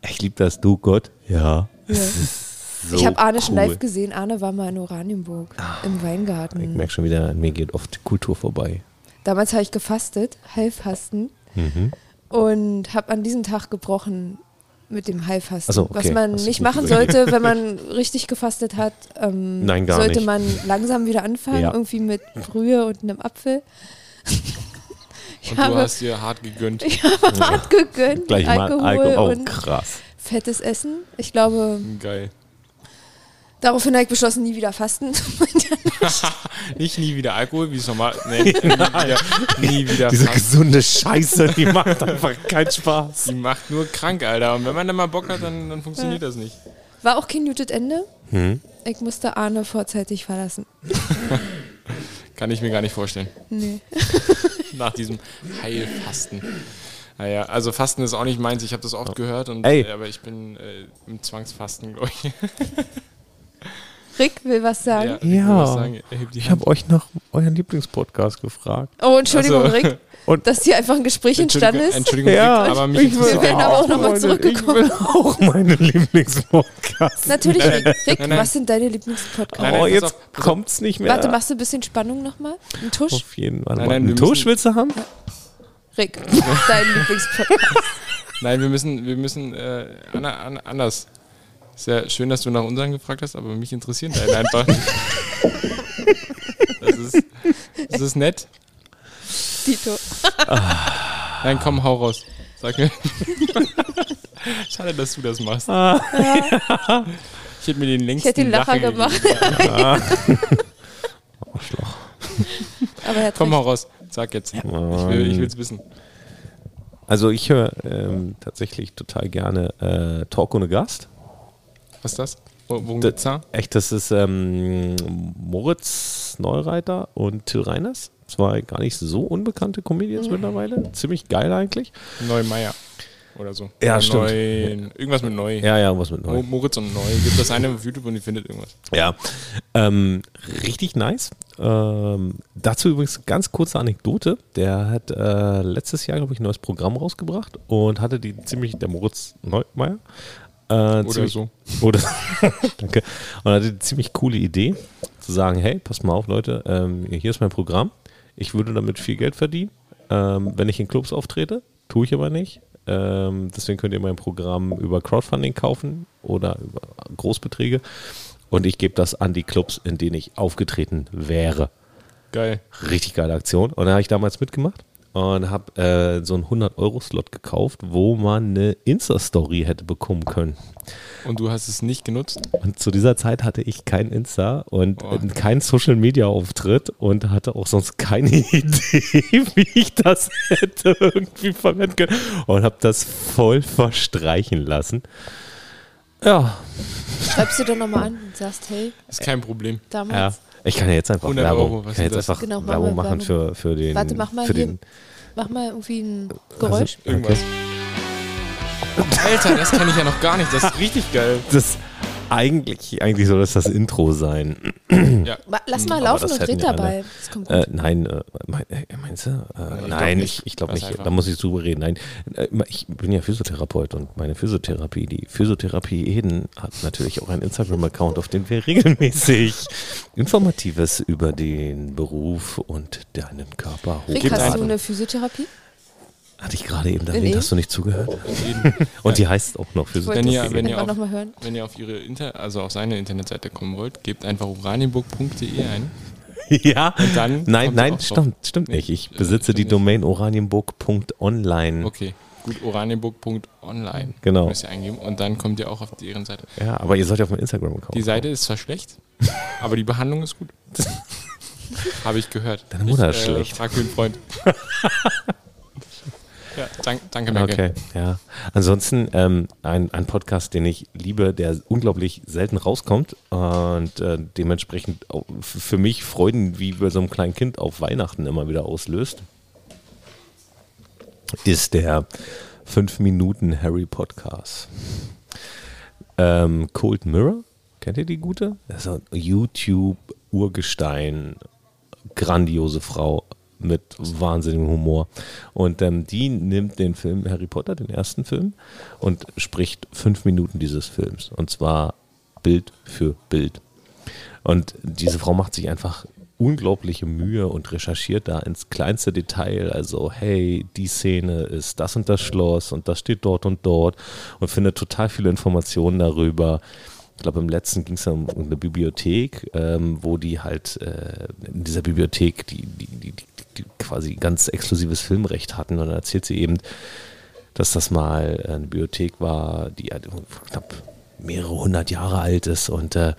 Ich liebe das, du Gott. Ja. Es ist so
ich habe
cool.
Arne
Ah.
schon live gesehen. Arne war mal in Oranienburg im Weingarten.
Ich merke schon wieder, an mir geht oft Kultur vorbei.
Damals habe ich gefastet, Heilfasten.
Mhm.
Und habe an diesem Tag gebrochen mit dem Heilfasten.
Ach so, okay.
Was man
Hast du
nicht
gut
machen
überlegt.
sollte, wenn man richtig gefastet hat, ähm,
Nein, gar
sollte
nicht.
man langsam wieder anfangen,
Ja.
irgendwie mit Brühe und einem Apfel. ich
Und du
habe
hast dir hart gegönnt.
hart gegönnt,
Gleich
Alkohol,
mal Alkohol. Oh,
und
krass.
fettes Essen. Ich glaube,
Geil.
daraufhin habe ich beschlossen, nie wieder fasten.
Ich nie wieder Alkohol, wie es normal. Nee, nie wieder. Nie wieder
Diese
Fass.
gesunde Scheiße, die macht einfach keinen Spaß.
Die macht nur krank, Alter. Und wenn man dann mal Bock hat, dann, dann funktioniert das nicht.
War auch kein muted Ende. Ich musste Arne vorzeitig verlassen.
Kann ich mir gar nicht vorstellen.
Nee.
Nach diesem Heilfasten. Naja, also Fasten ist auch nicht meins. Ich habe das oft gehört. Und,
Ey.
äh, Aber ich bin äh, im Zwangsfasten, glaube ich.
Rick will was sagen.
ich will
Ja.
was sagen. Erheb die
Ich
Hand.
habe euch nach eurem Lieblingspodcast gefragt.
Oh, Entschuldigung,
Also-
Rick,
Und-
dass hier einfach ein Gespräch entstanden
Entschuldigung,
ist.
Entschuldigung Rick, aber mich
ich will
interessiert
werden aber auch noch mal
meine-
zurückgekommen.
Ich will auch meine Lieblingspodcasts.
Natürlich, Rick, Rick
Nein, nein.
was sind deine Lieblingspodcasts?
Nein, nein,
oh,
pass
jetzt
auf, pass auf.
kommt's nicht mehr.
Oh.
Warte, machst du ein bisschen Spannung nochmal? Ein Tusch?
Auf jeden Fall.
Nein, nein, wir
Einen
müssen-
Tusch willst du haben?
Rick, dein Lieblingspodcast.
Nein, wir müssen, wir müssen äh, Anna, Anna, anders. Ist ja schön, dass du nach unseren gefragt hast, aber mich interessieren deine einfach. Das ist, das ist nett.
Tito.
Nein, komm, hau raus. Sag mir. Schade, dass du das machst.
Ah.
Ich hätte mir den
Ich
längsten
hätte den Lacher
gegeben.
gemacht.
Arschloch.
Aber er hat
Komm,
recht.
hau raus. Sag jetzt. Ich will ich will's wissen.
Also ich höre ähm, tatsächlich total gerne äh, Talk ohne Gast.
Was ist das? Wo- Worum
Da-
geht's da?
Echt, das ist ähm, Moritz Neureiter und Till Reiners. Zwei gar nicht so unbekannte Comedians mittlerweile. Ziemlich geil eigentlich.
Neumeier. Oder so.
Ja, stimmt.
Neun- Irgendwas mit Neu.
Ja, ja, was mit
Mo-
neu.
Moritz und Neu. Gibt das eine auf YouTube und die findet irgendwas.
Ja. Ähm, richtig nice. Ähm, dazu übrigens eine ganz kurze Anekdote. Der hat äh, letztes Jahr, glaube ich, ein neues Programm rausgebracht und hatte die ziemlich, der Moritz Neumeier. Äh,
Oder
ziemlich,
so.
Oder, danke. Und er hatte die ziemlich coole Idee, zu sagen, hey, passt mal auf, Leute, ähm, hier ist mein Programm. Ich würde damit viel Geld verdienen, ähm, wenn ich in Clubs auftrete. Tue ich aber nicht. Ähm, deswegen könnt ihr mein Programm über Crowdfunding kaufen oder über Großbeträge. Und ich gebe das an die Clubs, in denen ich aufgetreten wäre.
Geil.
Richtig geile Aktion. Und da habe ich damals mitgemacht und habe äh, so einen 100-Euro-Slot gekauft, wo man eine Insta-Story hätte bekommen können.
Und du hast es nicht genutzt?
Und zu dieser Zeit hatte ich kein Insta und
Boah.
äh, keinen Social Media Auftritt und hatte auch sonst keine Idee, wie ich das hätte irgendwie verwenden können. Und habe das voll verstreichen lassen. Ja,
Schreibst du doch nochmal an und sagst, hey,
Ist kein Problem.
ja.
damals.
Ich kann ja jetzt einfach
100
Werbung,
Euro, was
ich kann
ist
jetzt
das?
einfach
Genau, mach
Werbung
mal
machen Für, für den.
Warte, mach mal
für
hier
den,
Mach mal irgendwie ein
also-
Geräusch.
Irgendwas. Alter, das kann ich ja noch gar nicht. Das ist richtig geil.
Das, eigentlich, eigentlich soll das das Intro sein. Hm.
Ja.
Ma- Lass mal
aber
laufen
das
und
hätten
red
ja
dabei. Das kommt gut.
Äh, nein, äh, mein, äh, meinst du? Äh,
glaub
nein,
nicht.
ich, ich glaube
Lass
nicht.
einfach.
Da muss ich drüber reden. Nein, äh, ich bin ja Physiotherapeut und meine Physiotherapie, die Physiotherapie Eden, hat natürlich auch einen Instagram-Account, auf dem wir regelmäßig Informatives über den Beruf und deinen Körper
Rick, hast du
hochladen.
eine Physiotherapie?
Hatte ich gerade eben
Nee.
erwähnt, hast du nicht zugehört? Und die heißt auch noch
Wollte
Physiotherapie.
ihr-
ich
wenn
einfach
auf-
nochmal hören.
Wenn ihr auf ihre Inter also auf seine Internetseite kommen wollt, gebt einfach oranienburg.de ein.
Ja,
dann
nein,
kommt's
nein,
auch drauf.
stimmt, stimmt
Nee,
nicht. Ich
äh,
besitze
stimmt
die
nicht.
Domain oranienburg.online.
Okay. Gut, oranienburg.online.
Genau.
Müsst ihr eingeben und dann kommt ihr auch auf deren Seite.
Ja, aber ihr sollt ja auf meinen Instagram-Account.
Die Seite ist zwar schlecht, aber die Behandlung ist gut. Habe ich gehört.
Deine Mutter
ich, äh,
ist schlecht.
Frag den Freund. ja, danke, danke, Merkel.
Okay, ja. Ansonsten ähm, ein, ein Podcast, den ich liebe, der unglaublich selten rauskommt und äh, dementsprechend auch f- für mich Freuden wie bei so einem kleinen Kind auf Weihnachten immer wieder auslöst, ist der 5 Minuten Harry Podcast. Ähm, Cold Mirror, kennt ihr die gute? Das ist ein YouTube-Urgestein, grandiose Frau mit wahnsinnigem Humor. Und ähm, die nimmt den Film Harry Potter, den ersten Film, und spricht fünf Minuten dieses Films. Und zwar Bild für Bild. Und diese Frau macht sich einfach unglaubliche Mühe und recherchiert da ins kleinste Detail. Also, hey, die Szene ist das und das Schloss und das steht dort und dort und findet total viele Informationen darüber. Ich glaube, im letzten ging es um eine Bibliothek, ähm, wo die halt äh, in dieser Bibliothek die, die, die, die, die quasi ganz exklusives Filmrecht hatten. Und dann erzählt sie eben, dass das mal äh, eine Bibliothek war, die halt knapp mehrere hundert Jahre alt ist und äh,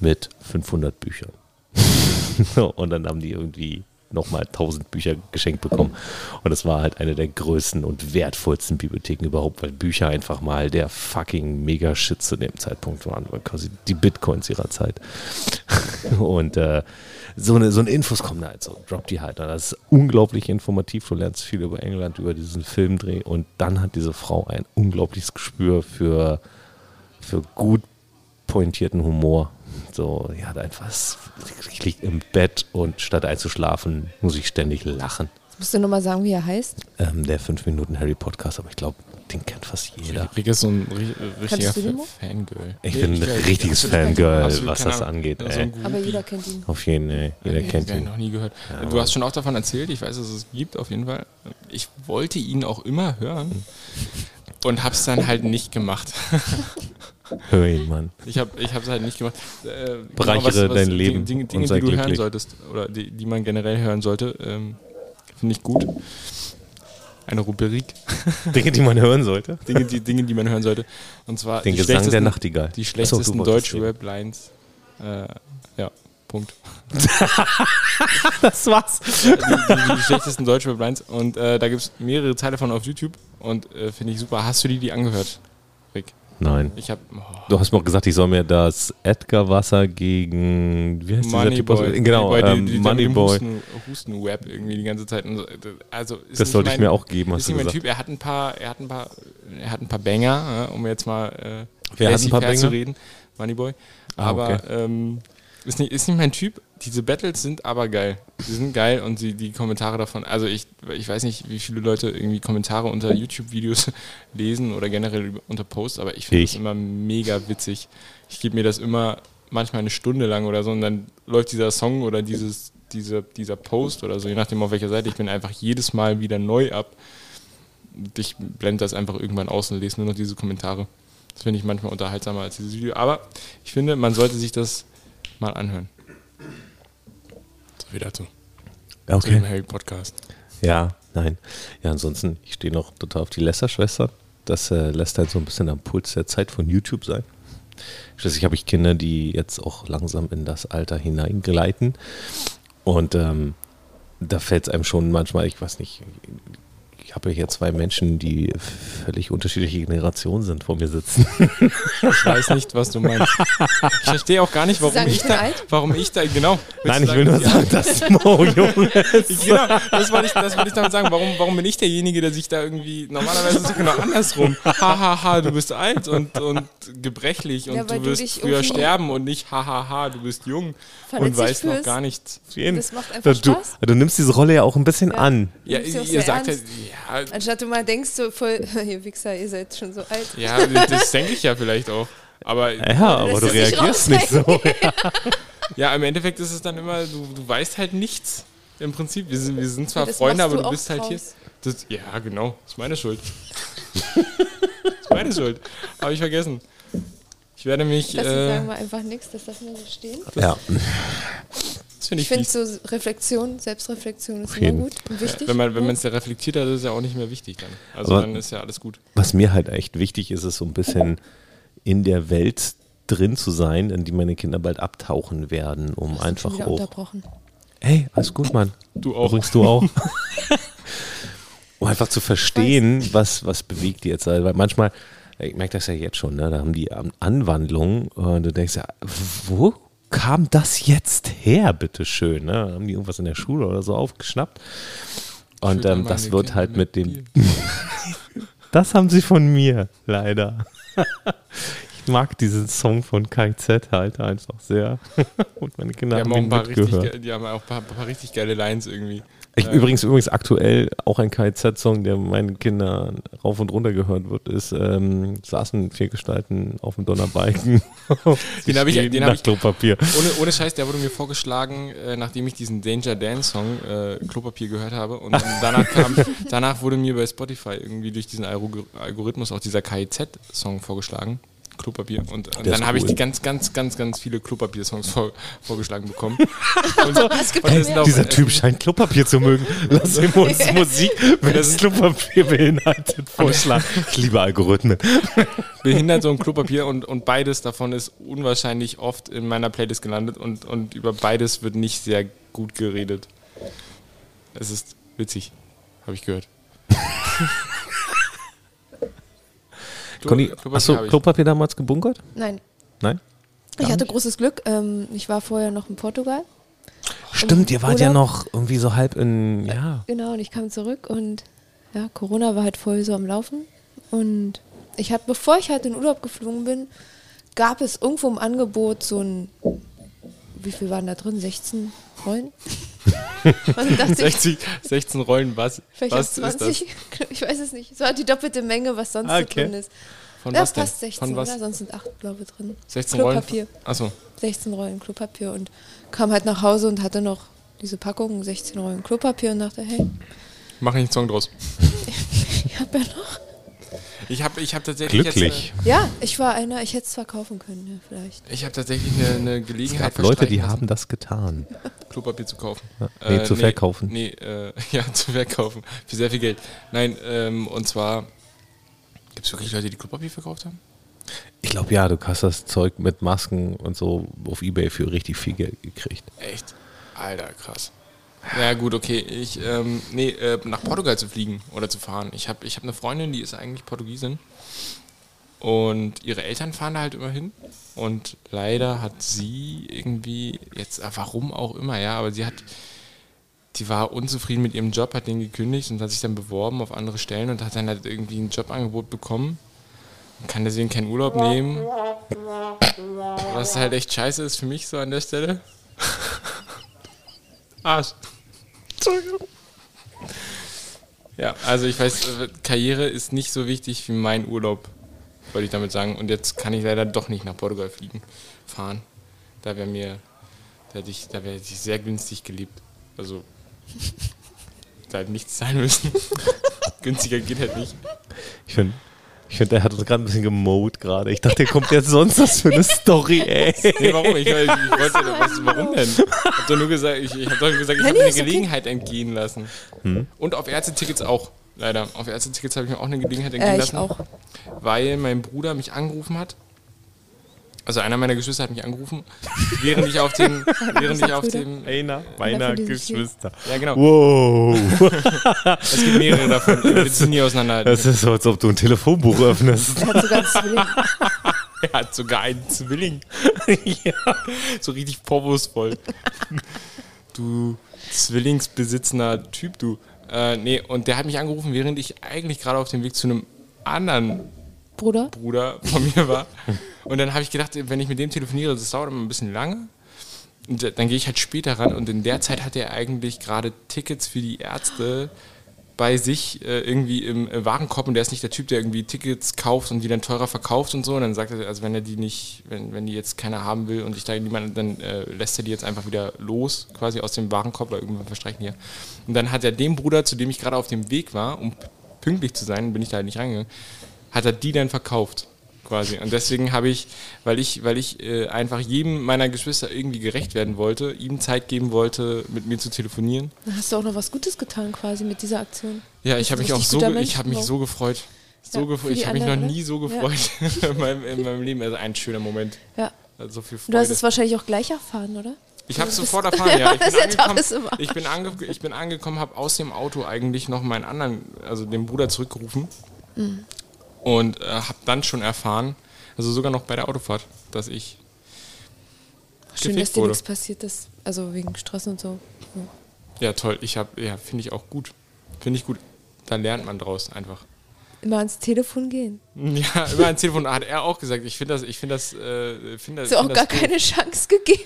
mit 500 Büchern. So, und dann haben die irgendwie nochmal 1000 Bücher geschenkt bekommen. Und das war halt eine der größten und wertvollsten Bibliotheken überhaupt, weil Bücher einfach mal der fucking Mega-Shit zu dem Zeitpunkt waren, weil quasi die Bitcoins ihrer Zeit. Und äh, so, eine, so eine Infos kommen da halt so, drop die halt. Und das ist unglaublich informativ. Du lernst viel über England, über diesen Filmdreh. Und dann hat diese Frau ein unglaubliches Gespür für, für gut pointierten Humor. So, die hat einfach, ich liege im Bett und statt einzuschlafen, muss ich ständig lachen.
Jetzt musst du nochmal sagen, wie er heißt.
Ähm, der 5 Minuten Harry Podcast, aber ich glaube, den kennt fast jeder.
Rick ist so ein ri- äh, richtiger
Kannst du den
Fa-
noch?
Fangirl.
Ich bin ein
Ja,
richtiges
absolut.
Fangirl,
Absolut,
was
keine
das
Ahnung. Also
angeht,
So ein
ey.
Groupie.
Aber jeder kennt ihn.
Auf jeden Fall, jeder
Nee,
kennt
den hab ich
ihn.
noch nie gehört. du hast schon auch davon erzählt, ich weiß, dass es gibt auf jeden Fall. Ich wollte ihn auch immer hören und hab's dann halt nicht gemacht.
Hör ihn, Mann.
Ich habe ich hab's halt nicht gemacht. Äh,
Bereichere dein Leben
Dinge, Dinge
und sei
die du hören
glücklich.
solltest oder die, die man generell hören sollte, ähm, finde ich gut. Eine Rubrik.
Dinge, die man hören sollte.
Dinge, die, Dinge, die man hören sollte. Und zwar
Den
die
Gesang der
schlechtesten-
Nachtigall. Achso,
Die
du
schlechtesten
wolltest
deutschen
reden.
Rap-Lines. Äh, ja, Punkt.
Das war's.
die, die, die schlechtesten deutschen Rap-Lines. Und äh, da gibt es mehrere Teile von auf YouTube. Und äh, finde ich super. Hast du die, die angehört, Rick?
Nein.
Ich habe... Oh,
Du hast mir auch gesagt, ich soll mir das Edgar-Wasser gegen. Wie heißt dieser Typ? aus-
Moneyboy.
Genau,
Moneyboy,
ähm, Moneyboy.
Husten, Husten-Rap irgendwie die ganze Zeit. Und so. Also, ist
Das
nicht
sollte ich
mein-
mir auch geben, hast
Ist
du
nicht mein
gesagt.
Typ. Er hat ein paar, er hat ein paar, er hat ein paar Banger, äh, um jetzt mal äh,
Wer hat ein paar
laissez-faire zu
Banger?
reden. Moneyboy.
Ah,
aber
okay.
ähm, ist, nicht, ist nicht mein Typ. Diese Battles sind aber geil. Sie sind geil und sie, die Kommentare davon, also ich, ich weiß nicht, wie viele Leute irgendwie Kommentare unter YouTube-Videos lesen oder generell über- unter Posts, aber ich finde
Ich.
das immer mega witzig. Ich gebe mir das immer manchmal eine Stunde lang oder so und dann läuft dieser Song oder dieses, diese, dieser Post oder so, je nachdem auf welcher Seite ich bin, einfach jedes Mal wieder neu ab. Ich blende das einfach irgendwann aus und lese nur noch diese Kommentare. Das finde ich manchmal unterhaltsamer als dieses Video. Aber ich finde, man sollte sich das mal anhören. So viel dazu. Zu dem
Okay.
Harry Podcast.
Ja, nein. Ja, ansonsten, ich stehe noch total auf die Lester-Schwestern. Das äh, lässt halt so ein bisschen am Puls der Zeit von YouTube sein. Schließlich habe ich Kinder, die jetzt auch langsam in das Alter hineingleiten. Und ähm, da fällt es einem schon manchmal, ich weiß nicht, ich habe ja hier zwei Menschen, die völlig unterschiedliche Generationen sind, vor mir sitzen.
Ich weiß nicht, was du meinst. Ich verstehe auch gar nicht, warum
sagen,
ich
ich bin
da,
alt?
warum ich da, genau. Willst
Nein,
du
ich will nur
dass
sagen, dass Mo jung ist.
ich- Genau, das wollte ich, das wollte ich damit sagen. Warum, warum bin ich derjenige, der sich da irgendwie, normalerweise ist es doch genau andersrum. Hahaha, ha, ha, du bist alt und, und gebrechlich und
Ja, weil
du
du
wirst
dich
früher
irgendwie-
sterben und nicht hahaha, ha, ha, du bist jung und
Verletzt dich
weißt noch
fürs-
gar nichts.
Das macht einfach
du,
Spaß.
du nimmst diese Rolle ja auch ein bisschen an.
Ja,
Nimmst du auch
ihr
sehr
sagt ja,
ernst.
ja,
Anstatt du mal denkst, so voll, ihr Wichser, ihr seid schon so alt.
Ja, das denke ich ja vielleicht auch. Aber
Ja, aber
lässt
du
es nicht
reagierst nicht so.
ja, im Endeffekt ist es dann immer, du, du weißt halt nichts. Im Prinzip, wir sind, wir sind zwar
Ja, das
Freunde,
machst
aber
du
du
auch
bist halt hier.
draus.
Das, ja, genau. Ist meine Schuld. ist meine Schuld. Habe ich vergessen. Ich werde mich.
Das äh,
Äh,
sagen wir einfach nichts, das lassen wir so stehen.
Ja,
das finde
Ich
ich
finde
fies.
so Reflexion, Selbstreflexion ist
Auf
immer
jeden.
gut und wichtig.
Wenn man wenn man es ja reflektiert hat, ist es ja auch nicht mehr wichtig dann. Also
Aber-
dann ist ja alles gut.
was mir halt echt wichtig ist, ist so ein bisschen in der Welt drin zu sein, in die meine Kinder bald abtauchen werden, um einfach
wieder
auch.
unterbrochen.
Hey, alles gut, Mann.
Du auch.
Übrigens du auch. um einfach zu verstehen, was, was bewegt die jetzt. Weil manchmal, ich merke das ja jetzt schon, ne, da haben die An- Anwandlungen und du denkst ja, wo kam das jetzt her, bitteschön? Ne? Haben die irgendwas in der Schule oder so aufgeschnappt? Und
Schütter
ähm, das
meine
wird
Kinder
halt mit dem,
Bier.
das haben sie von mir, leider. ich mag diesen Song von KZ halt einfach sehr. Und meine Kinder
Die
haben
haben auch
ihn
ein paar richtig,
mitgehört.
ge- die haben auch ein paar, paar richtig geile Lines irgendwie.
Ich, übrigens, übrigens aktuell auch ein KZ-Song, der meinen Kindern rauf und runter gehört wird, ist ähm, saßen vier Gestalten auf dem Donnerbalken.
Den hab ich-
Stehen
den hab
nach
ich- Genau.
Klopapier.
Ohne, ohne Scheiß, der wurde mir vorgeschlagen, äh, nachdem ich diesen Danger Dan Song äh, Klopapier gehört habe. Und dann danach, kam, danach wurde mir bei Spotify irgendwie durch diesen Algo- Algorithmus auch dieser KIZ-Song vorgeschlagen. Klopapier. Und, und
Der ist
dann habe ich
cool.
die ganz, ganz, ganz, ganz viele Klopapier-Songs vor, vorgeschlagen bekommen.
Es gibt
Und
noch
das sind auch- äh,
mehr.
Dieser Typ scheint Klopapier zu mögen. Lass ihm uns Musik, wenn das Klopapier beinhaltet, vorschlagen. Ich liebe Algorithmen.
Behindert so ein Klopapier und, und beides davon ist unwahrscheinlich oft in meiner Playlist gelandet und, und über beides wird nicht sehr gut geredet. Es ist witzig, habe ich gehört. Klo-
Conny, hast du
hab ich.
Klopapier damals gebunkert?
Nein,
Nein?
ich hatte großes Glück. Ähm, ich war vorher noch in Portugal.
Stimmt, ihr wart
Oder-
ja noch irgendwie so halb in, ja.
Genau, und ich kam zurück und ja, Corona war halt voll so am Laufen. Und ich hatte, bevor ich halt in Urlaub geflogen bin, gab es irgendwo im Angebot so ein, wie viel waren da drin? 16 Rollen? Man dachte, ich,
60, 16 Rollen was?
vielleicht
was
auch 20. Ich weiß es nicht. Es war die doppelte Menge, was sonst
Ah,
so
okay.
drin ist.
Von
ja,
was denn?
fast 16,
Von
oder?
was?
Sonst sind 8, glaube ich, drin.
16 Rollen?
Klopapier.
Achso.
16 Rollen Klopapier und kam halt nach Hause und hatte noch diese Packung, 16 Rollen Klopapier und dachte, hey,
Mach ich einen Song draus.
ich habe ja noch.
Ich habe ich äh, hab tatsächlich
Glücklich.
Ja, ich war einer, ich hätte es verkaufen können, ja, vielleicht.
Jetzt, äh, ich habe tatsächlich eine, eine
Es
Gelegenheit
gab Leute,
verstreichen
die
lassen,
haben das getan.
Klopapier zu kaufen.
nee, zu verkaufen.
Nee, äh, ja, zu verkaufen. Für sehr viel Geld. Nein, ähm, und zwar gibt es wirklich Leute, die Klopapier verkauft haben?
Ich glaube, ja, du hast das Zeug mit Masken und so auf Ebay für richtig viel Geld gekriegt.
Echt? Alter, krass. Ja gut, okay. Ich, ähm, nee, äh, nach Portugal zu fliegen oder zu fahren. Ich habe ich hab eine Freundin, die ist eigentlich Portugiesin. Und ihre Eltern fahren da halt immer hin. Und leider hat sie irgendwie, jetzt äh, warum auch immer, ja, aber sie hat, die war unzufrieden mit ihrem Job, hat den gekündigt und hat sich dann beworben auf andere Stellen und hat dann halt irgendwie ein Jobangebot bekommen. Und kann deswegen keinen Urlaub nehmen. Was halt echt scheiße ist für mich so an der Stelle. Arsch. Ja, also ich weiß, äh, Karriere ist nicht so wichtig wie mein Urlaub, wollte ich damit sagen. Und jetzt kann ich leider doch nicht nach Portugal fliegen, fahren. Da wäre mir, da hätte ich, da wäre ich sehr günstig gelebt. Also, da hätte nichts sein müssen. Günstiger geht halt nicht.
Ich finde, ich find, der hat uns gerade ein bisschen gemowt gerade. Ich dachte, kommt jetzt sonst was für eine Story, ey.
Nee, warum? Ich, weiß- ich wollte, was, warum denn? Ich habe doch nur gesagt, ich, ich habe doch gesagt, ich habe mir eine
ist okay.
Gelegenheit entgehen lassen.
Hm?
Und auf Ärztetickets auch, leider. Auf Ärztetickets habe ich mir auch eine Gelegenheit entgehen
Äh, ich
lassen.
auch.
weil mein Bruder mich angerufen hat. Also einer meiner Geschwister hat mich angerufen, während ich auf dem, während ich auf dem,
Einer
meiner Dafür dieses Geschwister.
ja genau,
Wow.
es gibt mehrere davon, wir sind nie auseinander.
Das ist so, als ob du ein Telefonbuch öffnest.
Er hat sogar einen Zwilling.
Er hat sogar einen Zwilling. ja. So richtig vorwurfsvoll. Du zwillingsbesitzender Typ, du. Äh, nee, und der hat mich angerufen, während ich eigentlich gerade auf dem Weg zu einem anderen
Bruder?
Bruder von mir war. Und dann habe ich gedacht, wenn ich mit dem telefoniere, das dauert immer ein bisschen lange. Und dann gehe ich halt später ran. Und in der Zeit hatte er eigentlich gerade Tickets für die Ärzte bei sich äh, irgendwie im äh, Warenkorb. Und der ist nicht der Typ, der irgendwie Tickets kauft und die dann teurer verkauft und so. Und dann sagt er, also wenn er die nicht, wenn, wenn die jetzt keiner haben will und ich da niemand, dann äh, lässt er die jetzt einfach wieder los, quasi aus dem Warenkorb, weil irgendwann verstreichen hier. Und dann hat er den Bruder, zu dem ich gerade auf dem Weg war, um pünktlich zu sein, bin ich da halt nicht reingegangen, hat er die dann verkauft. Quasi. Und deswegen habe ich, weil ich, weil ich äh, einfach jedem meiner Geschwister irgendwie gerecht werden wollte, ihm Zeit geben wollte, mit mir zu telefonieren.
Dann hast du auch noch was Gutes getan quasi mit dieser Aktion.
Ja, ich
Bist
habe
ein
mich auch
richtig
so,
guter
ge-
Mensch
ich habe mich
geworden.
so gefreut. So
Ja,
gefreut.
für die
Ich habe mich noch
anderen, ne?
nie so
Ja.
gefreut in, meinem, in meinem Leben. Also ein schöner Moment.
Ja.
Also so viel
Und du hast
Freude.
es wahrscheinlich auch gleich erfahren, oder?
Ich habe
du
sofort
bist-
erfahren, ja. Ich
Ja,
bin
der Tag
angekommen,
ist im Arsch.
ich bin, ange ich bin angekommen habe aus dem Auto eigentlich noch meinen anderen, also den Bruder zurückgerufen
Mhm.
und äh, habe dann schon erfahren, also sogar noch bei der Autofahrt, dass ich
Schön,
Gefickt
dass dir
wurde.
nichts passiert ist. Also wegen Stress und so. Ja.
Ja, toll. Ich habe, ja, finde ich auch gut. Finde ich gut. Da lernt man draus einfach.
Immer ans Telefon gehen.
Ja, über ein Telefon hat er auch gesagt. Ich finde das, ich finde das, äh, finde das.
Ist ja auch
find
gar
das gut.
keine Chance gegeben.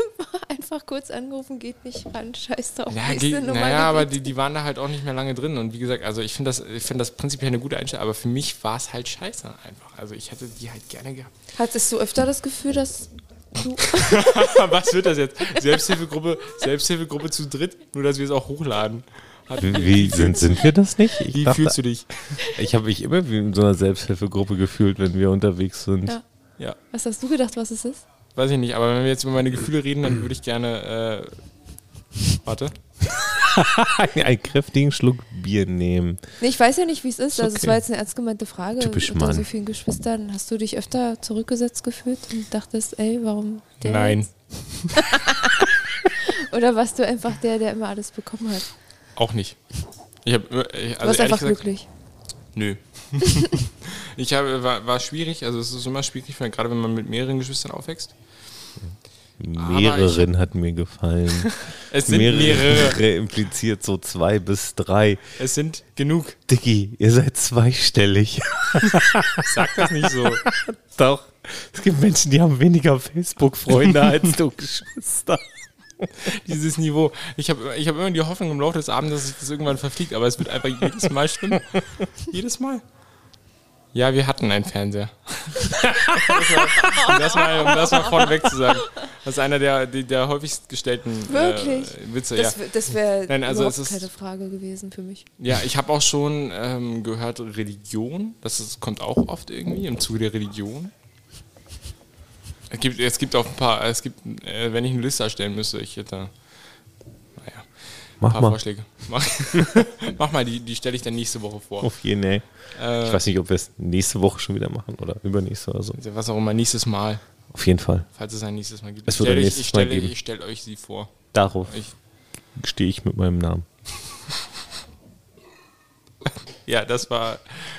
Einfach kurz anrufen, geht nicht ran. Scheiß drauf.
Ja,
nächste
ge-
Nummer
naja, aber
gewählt.
die, die waren da halt auch nicht mehr lange drin. Und wie gesagt, also ich finde das, ich finde das prinzipiell eine gute Einstellung, aber für mich war es halt scheiße einfach. Also ich hätte die halt gerne gehabt.
Hattest du öfter das Gefühl, dass du.
Was wird das jetzt? Selbsthilfegruppe, Selbsthilfegruppe zu dritt, nur dass wir es auch hochladen. Hat-
Wie sind, sind wir das nicht? Ich,
Wie fühlst du dich?
ich habe mich immer wie in so einer Selbsthilfegruppe gefühlt, wenn wir unterwegs sind.
Ja.
Ja,
Was hast du gedacht, was es ist?
weiß ich nicht, aber wenn wir jetzt über meine Gefühle reden, dann würde ich gerne, äh, warte.
Einen, einen kräftigen Schluck Bier nehmen.
Nee, ich weiß ja nicht, wie es ist. Also, es
okay.
war jetzt eine ernst gemeinte Frage.
Typisch
Unter so
Mann.
vielen Geschwistern. Hast du dich öfter zurückgesetzt gefühlt und dachtest, ey, warum der?
Nein,
Oder warst du einfach der, der immer alles bekommen hat?
auch nicht. Ich habe, also
Du warst
ehrlich
einfach
gesagt,
glücklich.
Nö. ich habe, war, war schwierig, also es ist immer schwierig, weil gerade wenn man mit mehreren Geschwistern aufwächst. Aber ich-
Mehrerin hat mir gefallen.
Es sind
Mehrere,
mehrere.
impliziert so zwei bis drei.
Es sind genug.
Dicky, ihr seid zweistellig.
Sag das nicht so.
Doch. Es gibt Menschen, die haben weniger Facebook-Freunde als du Geschwister.
Dieses Niveau. Ich habe ich hab immer die Hoffnung im Laufe des Abends, dass sich das irgendwann verfliegt, aber es wird einfach jedes Mal schlimm. Jedes Mal. Ja, wir hatten einen Fernseher. um, das mal, um das mal vorneweg zu sagen. Das ist einer der, der, der häufigst gestellten
Wirklich?
Äh, Witze.
Das,
ja.
w- das wäre
Nein, also
überhaupt
es ist-
keine Frage gewesen für mich.
Ja, ich habe auch schon ähm, gehört, Religion, das ist, kommt auch oft irgendwie im Zuge der Religion. Es gibt, es gibt auch ein paar, es gibt, äh, wenn ich eine Liste erstellen müsste, ich hätte, naja, ein
Mach
paar
mal.
Vorschläge. Mach, mach mal, die, die stelle ich dann nächste Woche vor.
Auf jeden Fall.
Äh,
Oh, Ich weiß nicht, ob wir es nächste Woche schon wieder machen oder übernächste oder so.
was auch immer, nächstes Mal,
Auf jeden Fall.
falls es ein nächstes Mal gibt.
Es
Ich
wird ein
stelle euch-
nächstes
ich stelle
Mal geben.
ich stelle euch sie vor.
Darauf
Ich,
stehe ich mit meinem Namen.
ja, das war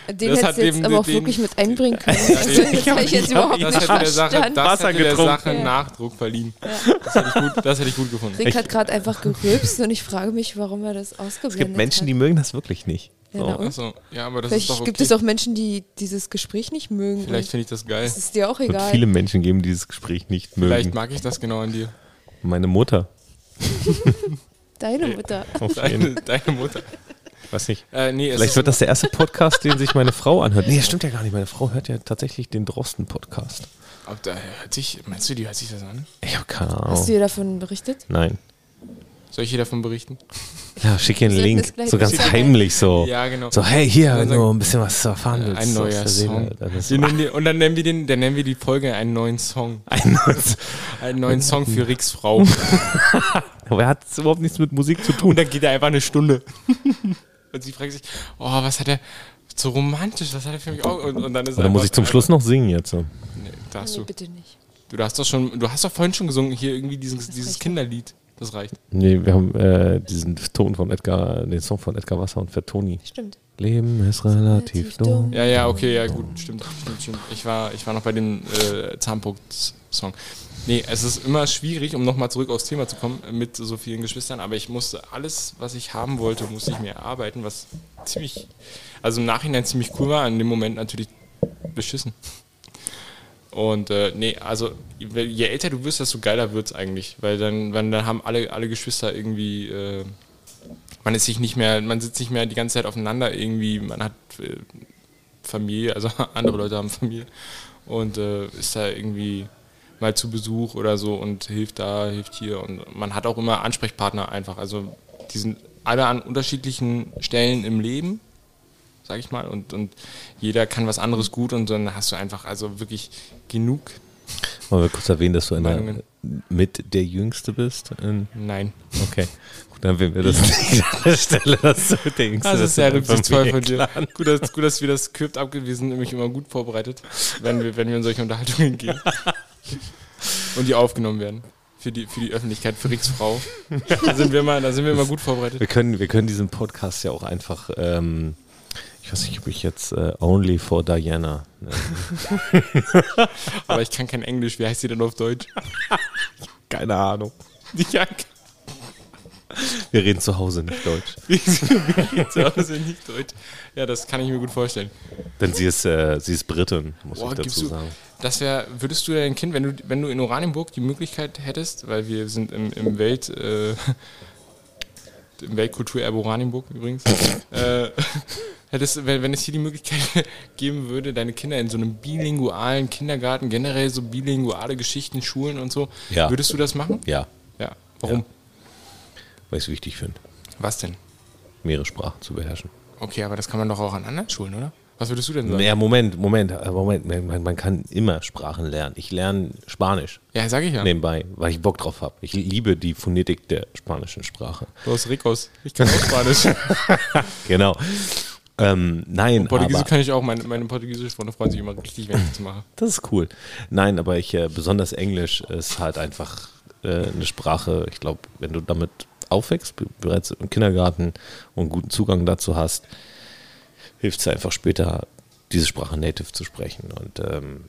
Den
Das
hättest
hat
du jetzt
dem-
aber auch
dem-
wirklich mit einbringen können.
Ja,
Also,
eben.
das habe ich jetzt überhaupt
das
nicht
hätte der Sache,
verstanden.
das
Wasser
hätte der
getrunken.
Sache
Ja.
Nachdruck verliehen. Das hätte ich gut, das hätte ich gut gefunden.
Rick hat gerade einfach gerülpst und ich frage mich, warum er das ausgeblendet
Es gibt Menschen,
hat.
die mögen das wirklich nicht.
Ja, na
So.
und?
Achso, ja, aber das
Vielleicht
ist doch okay.
gibt es auch Menschen, die dieses Gespräch nicht mögen.
Vielleicht
Vielleicht.
finde ich das geil.
Es ist dir auch
Es wird
egal.
viele Menschen geben, die dieses Gespräch nicht mögen.
Vielleicht mag ich das genau an dir.
Meine Mutter.
Deine Mutter.
Oh,
Auf jeden.
Deine, deine Mutter.
Ich weiß nicht.
Äh, nee, es
Vielleicht
ist,
wird das der erste Podcast, den sich meine Frau anhört. Nee, das stimmt ja gar nicht. Meine Frau hört ja tatsächlich den Drosten-Podcast.
ob da hört sich, meinst du, die hört sich das an?
Ich habe keine
Hast du
Ahnung.
dir davon berichtet?
Nein.
Soll ich hier davon berichten?
Ja, schick ihr einen
Wir sollten
Link.
das gleich
So ganz
bestellen.
heimlich so.
Ja, genau.
So, hey, hier,
Dann
wenn du ein bisschen was zu erfahren willst.
Ein
so aus
neuer
der Seele,
Song.
dann ist-
Wir nennen die, und dann nennen wir den, dann nennen wir die Folge einen neuen Song.
Ein neues.
Einen neuen Song für Ricks Frau. Und
Aber er hat überhaupt nichts mit Musik zu tun.
dann geht er einfach eine Stunde. Und sie fragt sich, oh, was hat er, so romantisch, was hat er für mich auch? Und, und dann ist
Oder muss ich zum Schluss noch singen jetzt? So.
Nee, darfst
Nee,
du.
bitte nicht.
Du hast doch schon, du hast doch vorhin schon gesungen, hier irgendwie dieses, dieses
reicht.
Kinderlied. Das reicht.
Nee, wir haben äh, diesen Ton von Edgar, den Song von Edgar Wasser und Fettoni.
Stimmt.
Leben ist relativ
Relativ dumm.
dumm.
Ja, ja, okay, ja, gut, stimmt, stimmt, stimmt. Ich war, ich war noch bei dem äh, Zahnpunkt-Song. Nee, es ist immer schwierig, um nochmal zurück aufs Thema zu kommen, äh, mit so vielen Geschwistern, aber ich musste alles, was ich haben wollte, musste ich mir erarbeiten, was ziemlich, also im Nachhinein ziemlich cool war, in dem Moment natürlich beschissen. Und äh, nee, also je älter du wirst, desto geiler wird's eigentlich, weil dann, wenn, dann haben alle, alle Geschwister irgendwie... Äh, man ist sich nicht mehr, man sitzt nicht mehr die ganze Zeit aufeinander irgendwie, man hat äh, Familie, also andere Leute haben Familie und äh, ist da irgendwie mal zu Besuch oder so und hilft da, hilft hier und man hat auch immer Ansprechpartner einfach, also die sind alle an unterschiedlichen Stellen im Leben, sag ich mal, und, und jeder kann was anderes gut und dann hast du einfach also wirklich genug,
Wollen wir kurz erwähnen, dass du in der,
Meinungen.
mit der Jüngste bist? In,
nein.
okay. Gut, dann erwähnen wir das nicht an der Stelle, dass du mit der Jüngste
Das ist sehr rücksichtsvoll von dir.
Familienclan.
Gut dass, gut, dass wir das Skript abgewiesen nämlich immer gut vorbereitet, wenn wir, wenn wir in solche Unterhaltungen gehen. Und die aufgenommen werden. Für die, für die Öffentlichkeit, für Ricks Frau. Da sind wir immer, da sind wir immer gut vorbereitet.
Wir können, wir können diesen Podcast ja auch einfach, ähm, ich weiß nicht, ob ich jetzt äh, Only for Diana. Ne?
Aber ich kann kein Englisch. Wie heißt sie denn auf Deutsch?
Keine Ahnung.
Die kann
Wir reden zu Hause nicht Deutsch.
zu Hause nicht Deutsch. Ja, das kann ich mir gut vorstellen.
Denn sie ist, äh, sie ist Britin, muss
Boah,
ich
gibst
dazu
du,
sagen.
das wäre, würdest du dein Kind, wenn du, wenn du in Oranienburg die Möglichkeit hättest, weil wir sind im, im Welt, äh, im Weltkulturerbe Oranienburg übrigens, äh, hättest, wenn, wenn es hier die Möglichkeit geben würde, deine Kinder in so einem bilingualen Kindergarten, generell so bilinguale Geschichten, Schulen und so,
Ja.
würdest du das machen?
Ja,
Ja. Warum?
weil ich es wichtig finde,
Was denn?
mehrere Sprachen zu beherrschen.
Okay, aber das kann man doch auch an anderen Schulen, oder? Was würdest du denn sagen?
Ja, Moment, Moment, äh, Moment. Man, man- man kann immer Sprachen lernen. Ich lerne Spanisch
Ja, sag ich ja.
nebenbei, weil ich Bock drauf habe. Ich liebe die Phonetik der spanischen Sprache.
Du hast Ricos. Ich kann auch Spanisch.
Genau. Ähm, nein,
Portugiesisch
aber
kann ich auch. Meine, meine portugiesische Freunde freuen sich immer richtig, wenn ich das mache.
das ist cool. Nein, aber ich äh, besonders Englisch ist halt einfach äh, eine Sprache. Ich glaube, wenn du damit aufwächst, be- bereits im Kindergarten und guten Zugang dazu hast, hilft es dir einfach später, diese Sprache native zu sprechen. Und ähm,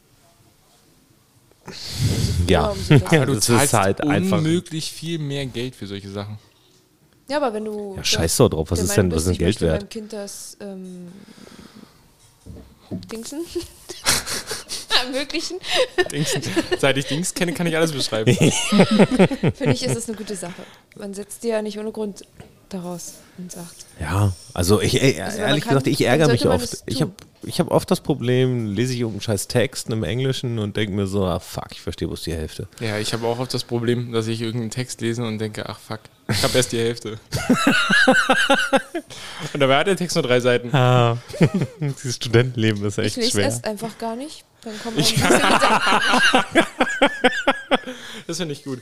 ja,
umso besser.
Aber du
das
zahlst
ist halt einfach
unmöglich viel mehr Geld für solche Sachen.
Ja, aber wenn du.
Ja, scheiß doch drauf. Was
der
ist denn,
Meinung
was
bist,
ist
ich
denn Geld
möchte
wert?
meinem Kind das. Ähm, Dingsen? ermöglichen,
Dings, seit ich Dings kenne, kann ich alles beschreiben.
finde ich, ist das eine gute Sache. Man setzt die ja nicht ohne Grund daraus und sagt.
Ja, also ich ey,
man
ehrlich
kann-
gesagt, ich
dann
ärgere
sollte
mich
man
oft.
es
Ich
tun.
habe ich hab oft das Problem, lese ich irgendeinen scheiß Text im Englischen und denke mir so, ah fuck, ich verstehe bloß die Hälfte.
Ja, ich habe auch oft das Problem, dass ich irgendeinen Text lese und denke, ach fuck, ich habe erst die Hälfte. und dabei hat der Text nur drei Seiten.
Ah. Dieses Studentenleben ist
Ich
echt
lese
schwer.
erst einfach gar nicht. Dann kommt man ein bisschen hinterher.
Das finde ich gut.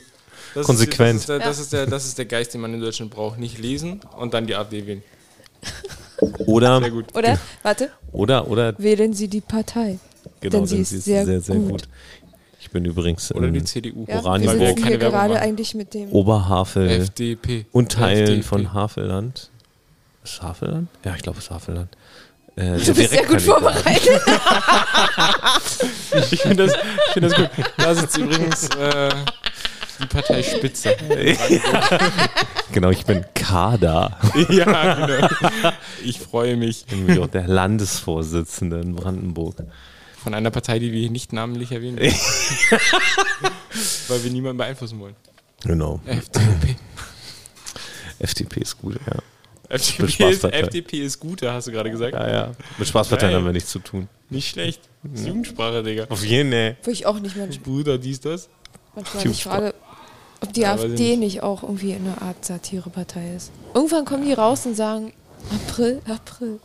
Das
Konsequent.
Ist, das, ist der, das, ist der, das ist der Geist, den man in Deutschland braucht. Nicht lesen und dann die AfD wählen.
Oder,
Sehr gut.
Oder? Warte,
oder, oder,
wählen Sie die Partei.
genau,
sie
dann
ist
siehst du
sehr
sehr, sehr
gut.
gut. Ich bin übrigens
Oder die
in
CDU.
Ja, wir
Oranienburg.
Weil wir
sitzen
Mhm. keine
hier
Werbung
gerade
machen.
eigentlich mit dem.
Oh, Oberhavel
FDP.
und Teilen
FDP.
von Havelland. Ist Havelland? Ja, ich glaube, es ist Havelland. Äh,
Du bist sehr gut vorbereitet.
Ich finde das, ich find das gut. Da sitzt übrigens äh, die Partei Spitze.
Genau, ich bin Kader.
ja, genau. Ich freue mich.
Irgendwie auch der Landesvorsitzende in Brandenburg.
Von einer Partei, die wir hier nicht namentlich erwähnen. wollen. Weil wir niemanden beeinflussen wollen.
Genau.
FDP.
FDP ist gut, ja.
FDP ist,
Spaßpartei.
FDP ist gut, da hast du gerade gesagt.
Ja, ja. Mit Spaßparteien
Geil.
haben wir nichts zu tun.
Nicht schlecht. Das ist Jugendsprache, Digga.
Auf jeden Fall.
Wo ich auch nicht manchmal,
Bruder, dies, das.
manchmal ich frage, ob die
Ja, weiß ich
AfD nicht. auch irgendwie eine Art Satirepartei ist. Irgendwann kommen die raus und sagen, April, April.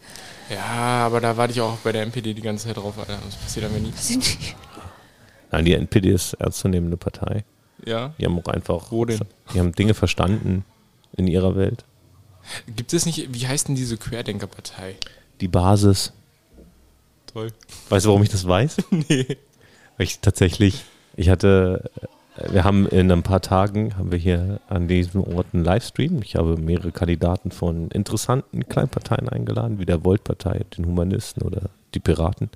Ja, aber da warte ich auch bei der MPD die ganze Zeit drauf, Alter. Das passiert aber nie.
Weiß ich nicht.
Nein, die NPD ist ernstzunehmende Partei.
Ja.
Die haben auch einfach.
Wo denn?
Die haben Dinge verstanden in ihrer Welt.
Gibt es nicht, wie heißt denn diese Querdenkerpartei?
Die Basis.
Toll.
Weißt du, warum ich das weiß? nee. Weil ich tatsächlich, ich hatte, wir haben in ein paar Tagen, haben wir hier an diesem Ort einen Livestream. Ich habe mehrere Kandidaten von interessanten Kleinparteien eingeladen, wie der Volt-Partei, den Humanisten oder die Piraten.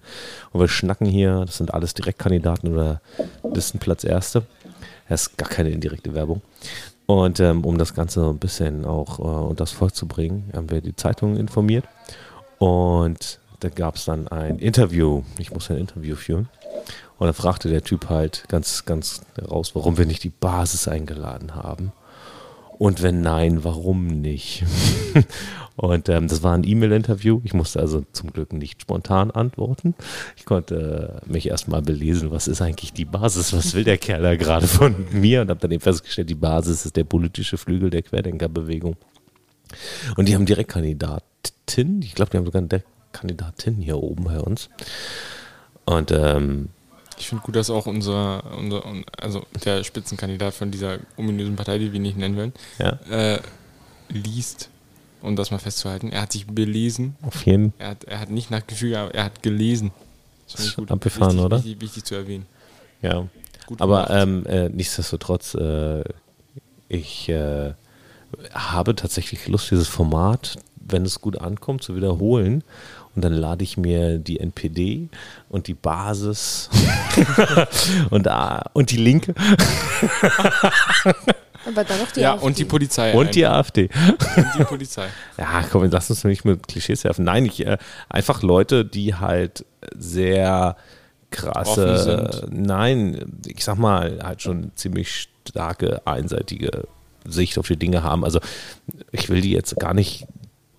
Und wir schnacken hier, das sind alles Direktkandidaten oder Listenplatz Erste. Das ist gar keine indirekte Werbung. Und ähm, um das Ganze ein bisschen auch äh, unters Volk zu bringen, haben wir die Zeitungen informiert. Und da gab es dann ein Interview. Ich muss ein Interview führen. Und dann fragte der Typ halt ganz, ganz raus, warum wir nicht die Basis eingeladen haben. Und wenn nein, warum nicht? Und ähm, das war ein E-Mail-Interview. Ich musste also zum Glück nicht spontan antworten. Ich konnte äh, mich erstmal belesen, was ist eigentlich die Basis, was will der Kerl da gerade von mir? Und habe dann eben festgestellt, die Basis ist der politische Flügel der Querdenkerbewegung. Und die haben Direktkandidatin, ich glaube, die haben sogar eine Direktkandidatin hier oben bei uns. Und ähm,
Ich finde gut, dass auch unser, unser, un- also der Spitzenkandidat von dieser ominösen Partei, die wir nicht nennen wollen,
ja,
äh, liest, um das mal festzuhalten. Er hat sich belesen.
auf jeden
Er hat, er hat nicht nach Gefühl, aber er hat gelesen.
ist
Das finde ich gut.
abgefahren,
wichtig,
oder?
Wichtig, wichtig zu erwähnen.
Ja.
Gut
Aber
gemacht.
ähm, äh, nichtsdestotrotz, äh, ich äh, habe tatsächlich Lust, dieses Format, wenn es gut ankommt, zu wiederholen. Und dann lade ich mir die NPD und die Basis und, ah, und die Linke
Aber dann noch die
ja,
AfD.
und die Polizei.
und die AfD.
ein. und die Polizei.
Ja, komm, jetzt lass uns nicht mit Klischees werfen. Nein, ich äh, einfach Leute, die halt sehr
Offen
krasse, nein, ich sag mal, halt schon ziemlich starke, einseitige Sicht auf die Dinge haben. Also ich will die jetzt gar nicht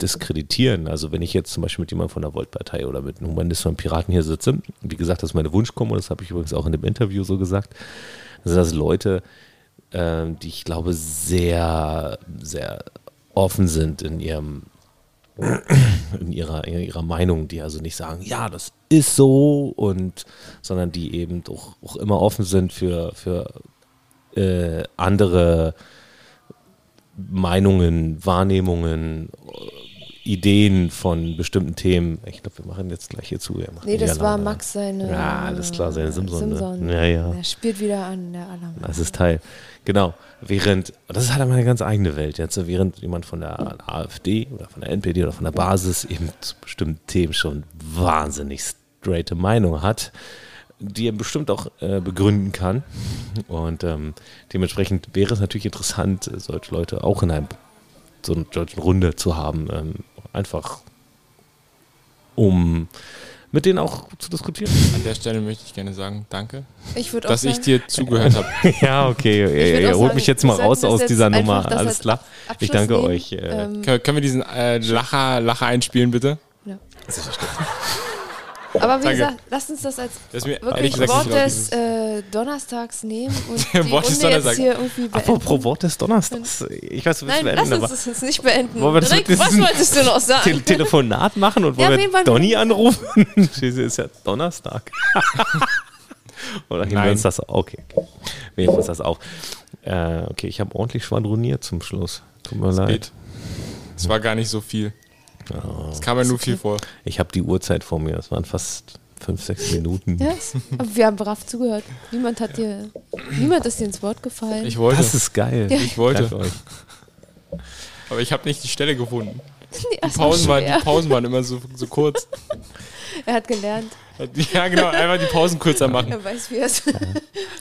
diskreditieren. Also wenn ich jetzt zum Beispiel mit jemandem von der Volt-Partei oder mit einem Humanisten und Piraten hier sitze, wie gesagt, das ist meine Wunschkombo, das habe ich übrigens auch in dem Interview so gesagt, dann sind das Leute, ähm, die ich glaube sehr, sehr offen sind in ihrem in ihrer, in ihrer Meinung, die also nicht sagen, ja, das ist so und sondern die eben doch auch immer offen sind für, für äh, andere Meinungen, Wahrnehmungen, äh, Ideen von bestimmten Themen. Ich glaube, wir machen jetzt gleich hier zu. Er macht
Nee, das
wieder
war
Laune.
Max seine.
Ja, alles klar, seine Simpson, ne?
Simpson.
Ja, ja.
Er spielt wieder an der Alarm.
Das ist Teil. Genau. Während, das ist halt einmal eine ganz eigene Welt. Jetzt, während jemand von der AfD oder von der NPD oder von der Basis eben zu bestimmten Themen schon wahnsinnig straighte Meinung hat, die er bestimmt auch äh, begründen kann. Und ähm, dementsprechend wäre es natürlich interessant, äh, solche Leute auch in einem, so einer solchen Runde zu haben. Ähm, einfach um mit denen auch zu diskutieren.
An der Stelle möchte ich gerne sagen, danke,
Ich würde auch
dass
sagen,
ich dir zugehört habe.
ja, okay.
Ich
Ihr
würd
ihr
auch
holt
sagen,
mich jetzt mal
wir
raus
sollten das
aus
jetzt
dieser
einfach
Nummer.
das
Alles
als
klar.
Abschluss
Ich danke
nehmen.
euch. Äh,
Ähm,
Können, können wir diesen äh, Lacher, Lacher einspielen, bitte?
ja. Aber wie
Danke.
gesagt, lasst uns das als
Das ist mir ehrlich
wirklich
gesagt
Wort
nicht
des
rausgekommen.
äh, Donnerstags nehmen und die
Der
Runde
Wort des
jetzt
Donnerstags.
hier irgendwie beenden.
Apropos Wort des Donnerstags. Ich weiß, wir
Nein,
müssen
lass
beenden,
uns
aber
das jetzt nicht beenden.
Wollen wir das
Rick,
mit
was
diesen-
wolltest du noch
Te
sagen?
Telefonat machen und
Ja,
wollen
wen
wir
wollen wir-
Donny anrufen? Diese ist ja Donnerstag. Oder nehmen wir
Nein.
uns das auf? Okay. Wir nehmen uns das auf. Äh, okay, ich habe ordentlich schwadroniert zum Schluss. Tut mir leid.
Geht. Es war gar nicht so viel.
Oh.
Es kam mir nur viel vor.
Ich habe die Uhrzeit vor mir. Das waren fast fünf, sechs Minuten.
Ja, es- aber wir haben brav zugehört. Niemand hat dir, niemand ist dir ins Wort gefallen.
Ich wollte,
Das ist geil.
Ich wollte.
Danke euch.
aber ich habe nicht die Stelle gefunden.
die
Die Pausen waren, die Pausen waren immer so, so kurz.
Er hat gelernt.
Ja, genau, einfach die Pausen kürzer machen.
Er weiß, wie er es.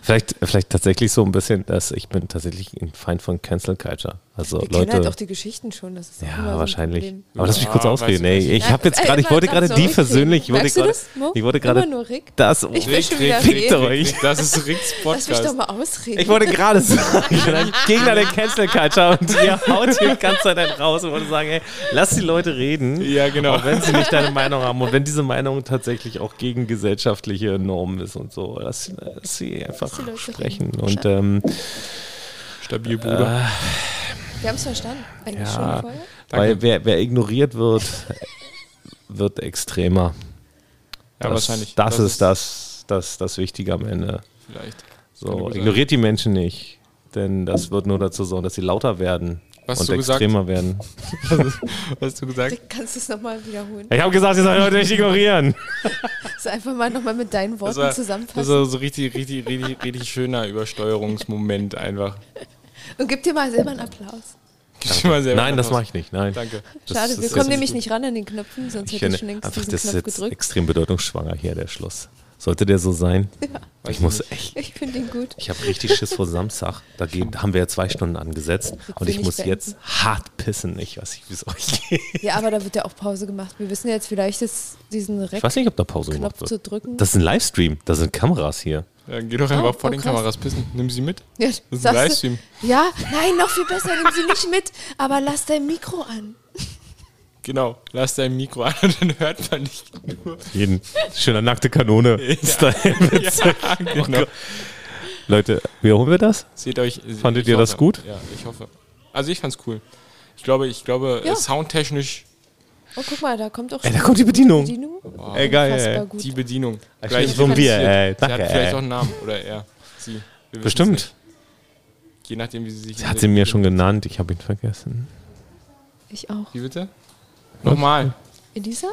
Vielleicht, vielleicht tatsächlich so ein bisschen, dass ich bin tatsächlich ein Feind von Cancel Culture. Also
Wir kennen
Leute.
halt auch die Geschichten schon. Das ist auch immer so
Ja,
ein
wahrscheinlich.
Problem.
Aber lass mich
Ja,
kurz ausreden.
weiß ich
Ey, ich
Nein,
habe jetzt
äh,
gerade, ich
immer
wollte
nach
gerade
so
die
Rick
versöhnlich, ich wollte
Merkst du
gerade,
das, Mo?
ich wollte gerade
Immer nur Rick.
das,
Ich bin schon wieder
Fickt
Rick.
euch.
Das ist Ricks
Lass mich doch
Podcast.
mal ausreden.
Ich wollte gerade sagen, ich bin ein Gegner der Cancel Culture und ihr haut hier die ganze Zeit einen raus und wollte sagen, ey, lass die Leute reden.
Ja, genau.
Auch wenn sie nicht deine Meinung haben und wenn diese Meinung tatsächlich auch gegen gesellschaftliche Normen ist und so, lass, lass sie einfach
die Leute
sprechen.
reden.
Und ähm,
Stabil, Bruder.
Ah.
Wir haben es verstanden. Eigentlich
Ja.
schon vorher.
weil wer, wer ignoriert wird, wird extremer.
ja,
das,
wahrscheinlich.
Das, ist das, das, das Wichtige am Ende.
Vielleicht. Kann
So,
gut sein.
ignoriert die Menschen nicht, denn das wird nur dazu sorgen, dass sie lauter werden
Was
und
du gesagt?
extremer werden.
Was hast du gesagt?
Rick, kannst du es nochmal wiederholen?
Ich habe gesagt, ihr sollt Leute nicht ignorieren.
Das einfach mal nochmal mit deinen Worten
das
zusammenfassen.
war so richtig, richtig, richtig, richtig schöner Übersteuerungsmoment einfach.
Und gib dir mal selber einen Applaus.
Gib mir mal selber
Nein, das
Applaus.
mache ich nicht. Nein.
Danke.
Das-
Schade,
das
wir
ist-
kommen nämlich nicht ran an den Knöpfen, sonst
Ich
hätte ich schon
finde
längst
einfach,
diesen
das ist
Knopf
jetzt
gedrückt.
extrem bedeutungsschwanger hier, der Schluss. Sollte der so sein? Ich muss echt,
Ich finde ihn gut.
ich habe richtig Schiss vor Samstag. Da geht, haben wir ja zwei Stunden angesetzt und
will
ich
nicht
muss
beenden.
jetzt hart pissen. Ich weiß nicht, wie es euch geht.
Ja, aber da wird ja auch Pause gemacht. Wir wissen jetzt vielleicht, dass diesen
Ich weiß
Rec-Knopf
nicht, ob da Pause gemacht
zu
wird.
drücken.
Das ist ein Livestream. Da sind Kameras hier.
Dann geh doch einfach
Oh,
vor
oh,
den
krass.
Kameras pissen. Nimm sie mit.
ja,
Das ist ein
sagst du-
Livestream.
Ja, nein, noch viel besser, nimm sie nicht mit, aber lass dein Mikro an.
Genau. Lass dein Mikro an und dann hört man dich nur.
Jeden. Schöner nackte Kanone. Style.
Ja,
oh
genau.
Leute, wiederholen wir das?
Seht euch.
Fandet
ich
ihr das gut?
Ja, ich hoffe. Also ich fand's cool. Ich glaube, ich glaube,
Ja.
äh, soundtechnisch
Oh, guck mal, da kommt auch
Ey, da kommt die Bedienung.
Bedienung.
Ey, geil,
Unfassbar
ey.
gut.
die Bedienung.
Vielleicht so ein Bier, ey.
Sie hat
Danke,
vielleicht
ey.
auch einen Namen. Oder er. Sie. Wir wissen's
Bestimmt.
Nicht. Je nachdem, wie sie sich.
Hat sie mir schon genannt. Ich habe ihn vergessen.
Ich auch.
Wie bitte? Nochmal.
Elisa?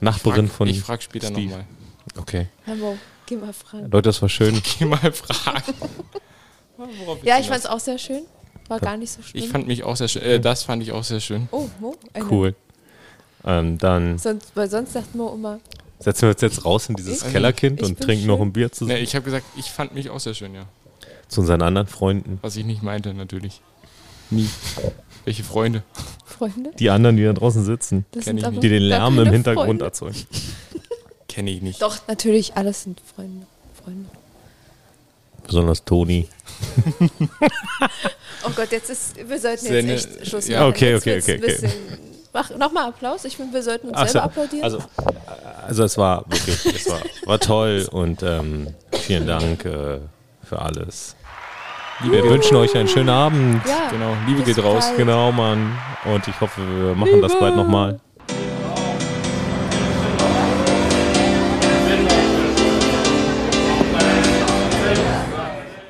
Nachbarin von.
ich frag später
Steve.
nochmal.
Okay.
Hamburg, geh mal fragen.
Leute, das war schön.
Geh mal fragen. Worauf
Ja,
ich
ich fand's auch sehr schön. War gar nicht so schlimm.
Ich fand mich auch sehr schön. Äh, das fand ich auch sehr schön.
oh, Mo, eine.
Cool. Ähm, dann
Sonst, weil sonst sagt Mo immer,
setzen wir uns jetzt raus in dieses
Ich-
Kellerkind
ich
und
bin
trinken noch
schön.
ein Bier zu,
Ne, ich habe gesagt, ich fand mich auch sehr schön, ja.
zu unseren anderen Freunden.
Was ich nicht meinte, natürlich. Nie. Welche Freunde?
Freunde,
Die anderen, die da draußen sitzen,
das
Kenn
sind
ich
aber
die den
gar
Lärm
keine
im Hintergrund
Freunde.
erzeugen.
Kenne ich nicht.
Doch, natürlich, alles sind Freunde. Freunde.
Besonders Toni.
Oh Gott, jetzt ist, wir sollten jetzt
Sende-
echt Schluss
ja.
machen.
Okay,
jetzt
okay,
wird's
okay,
ein
okay.
bisschen- Mach nochmal Applaus. Ich finde, wir sollten uns
Ach so.
selber applaudieren.
Also, also es war wirklich, es war, war toll und ähm, vielen Dank äh, für alles. Wir wünschen euch einen schönen Abend.
ja,
Genau, Liebe
Bis
geht raus.
bald.
Genau, Mann. Und ich hoffe, wir machen das bald nochmal.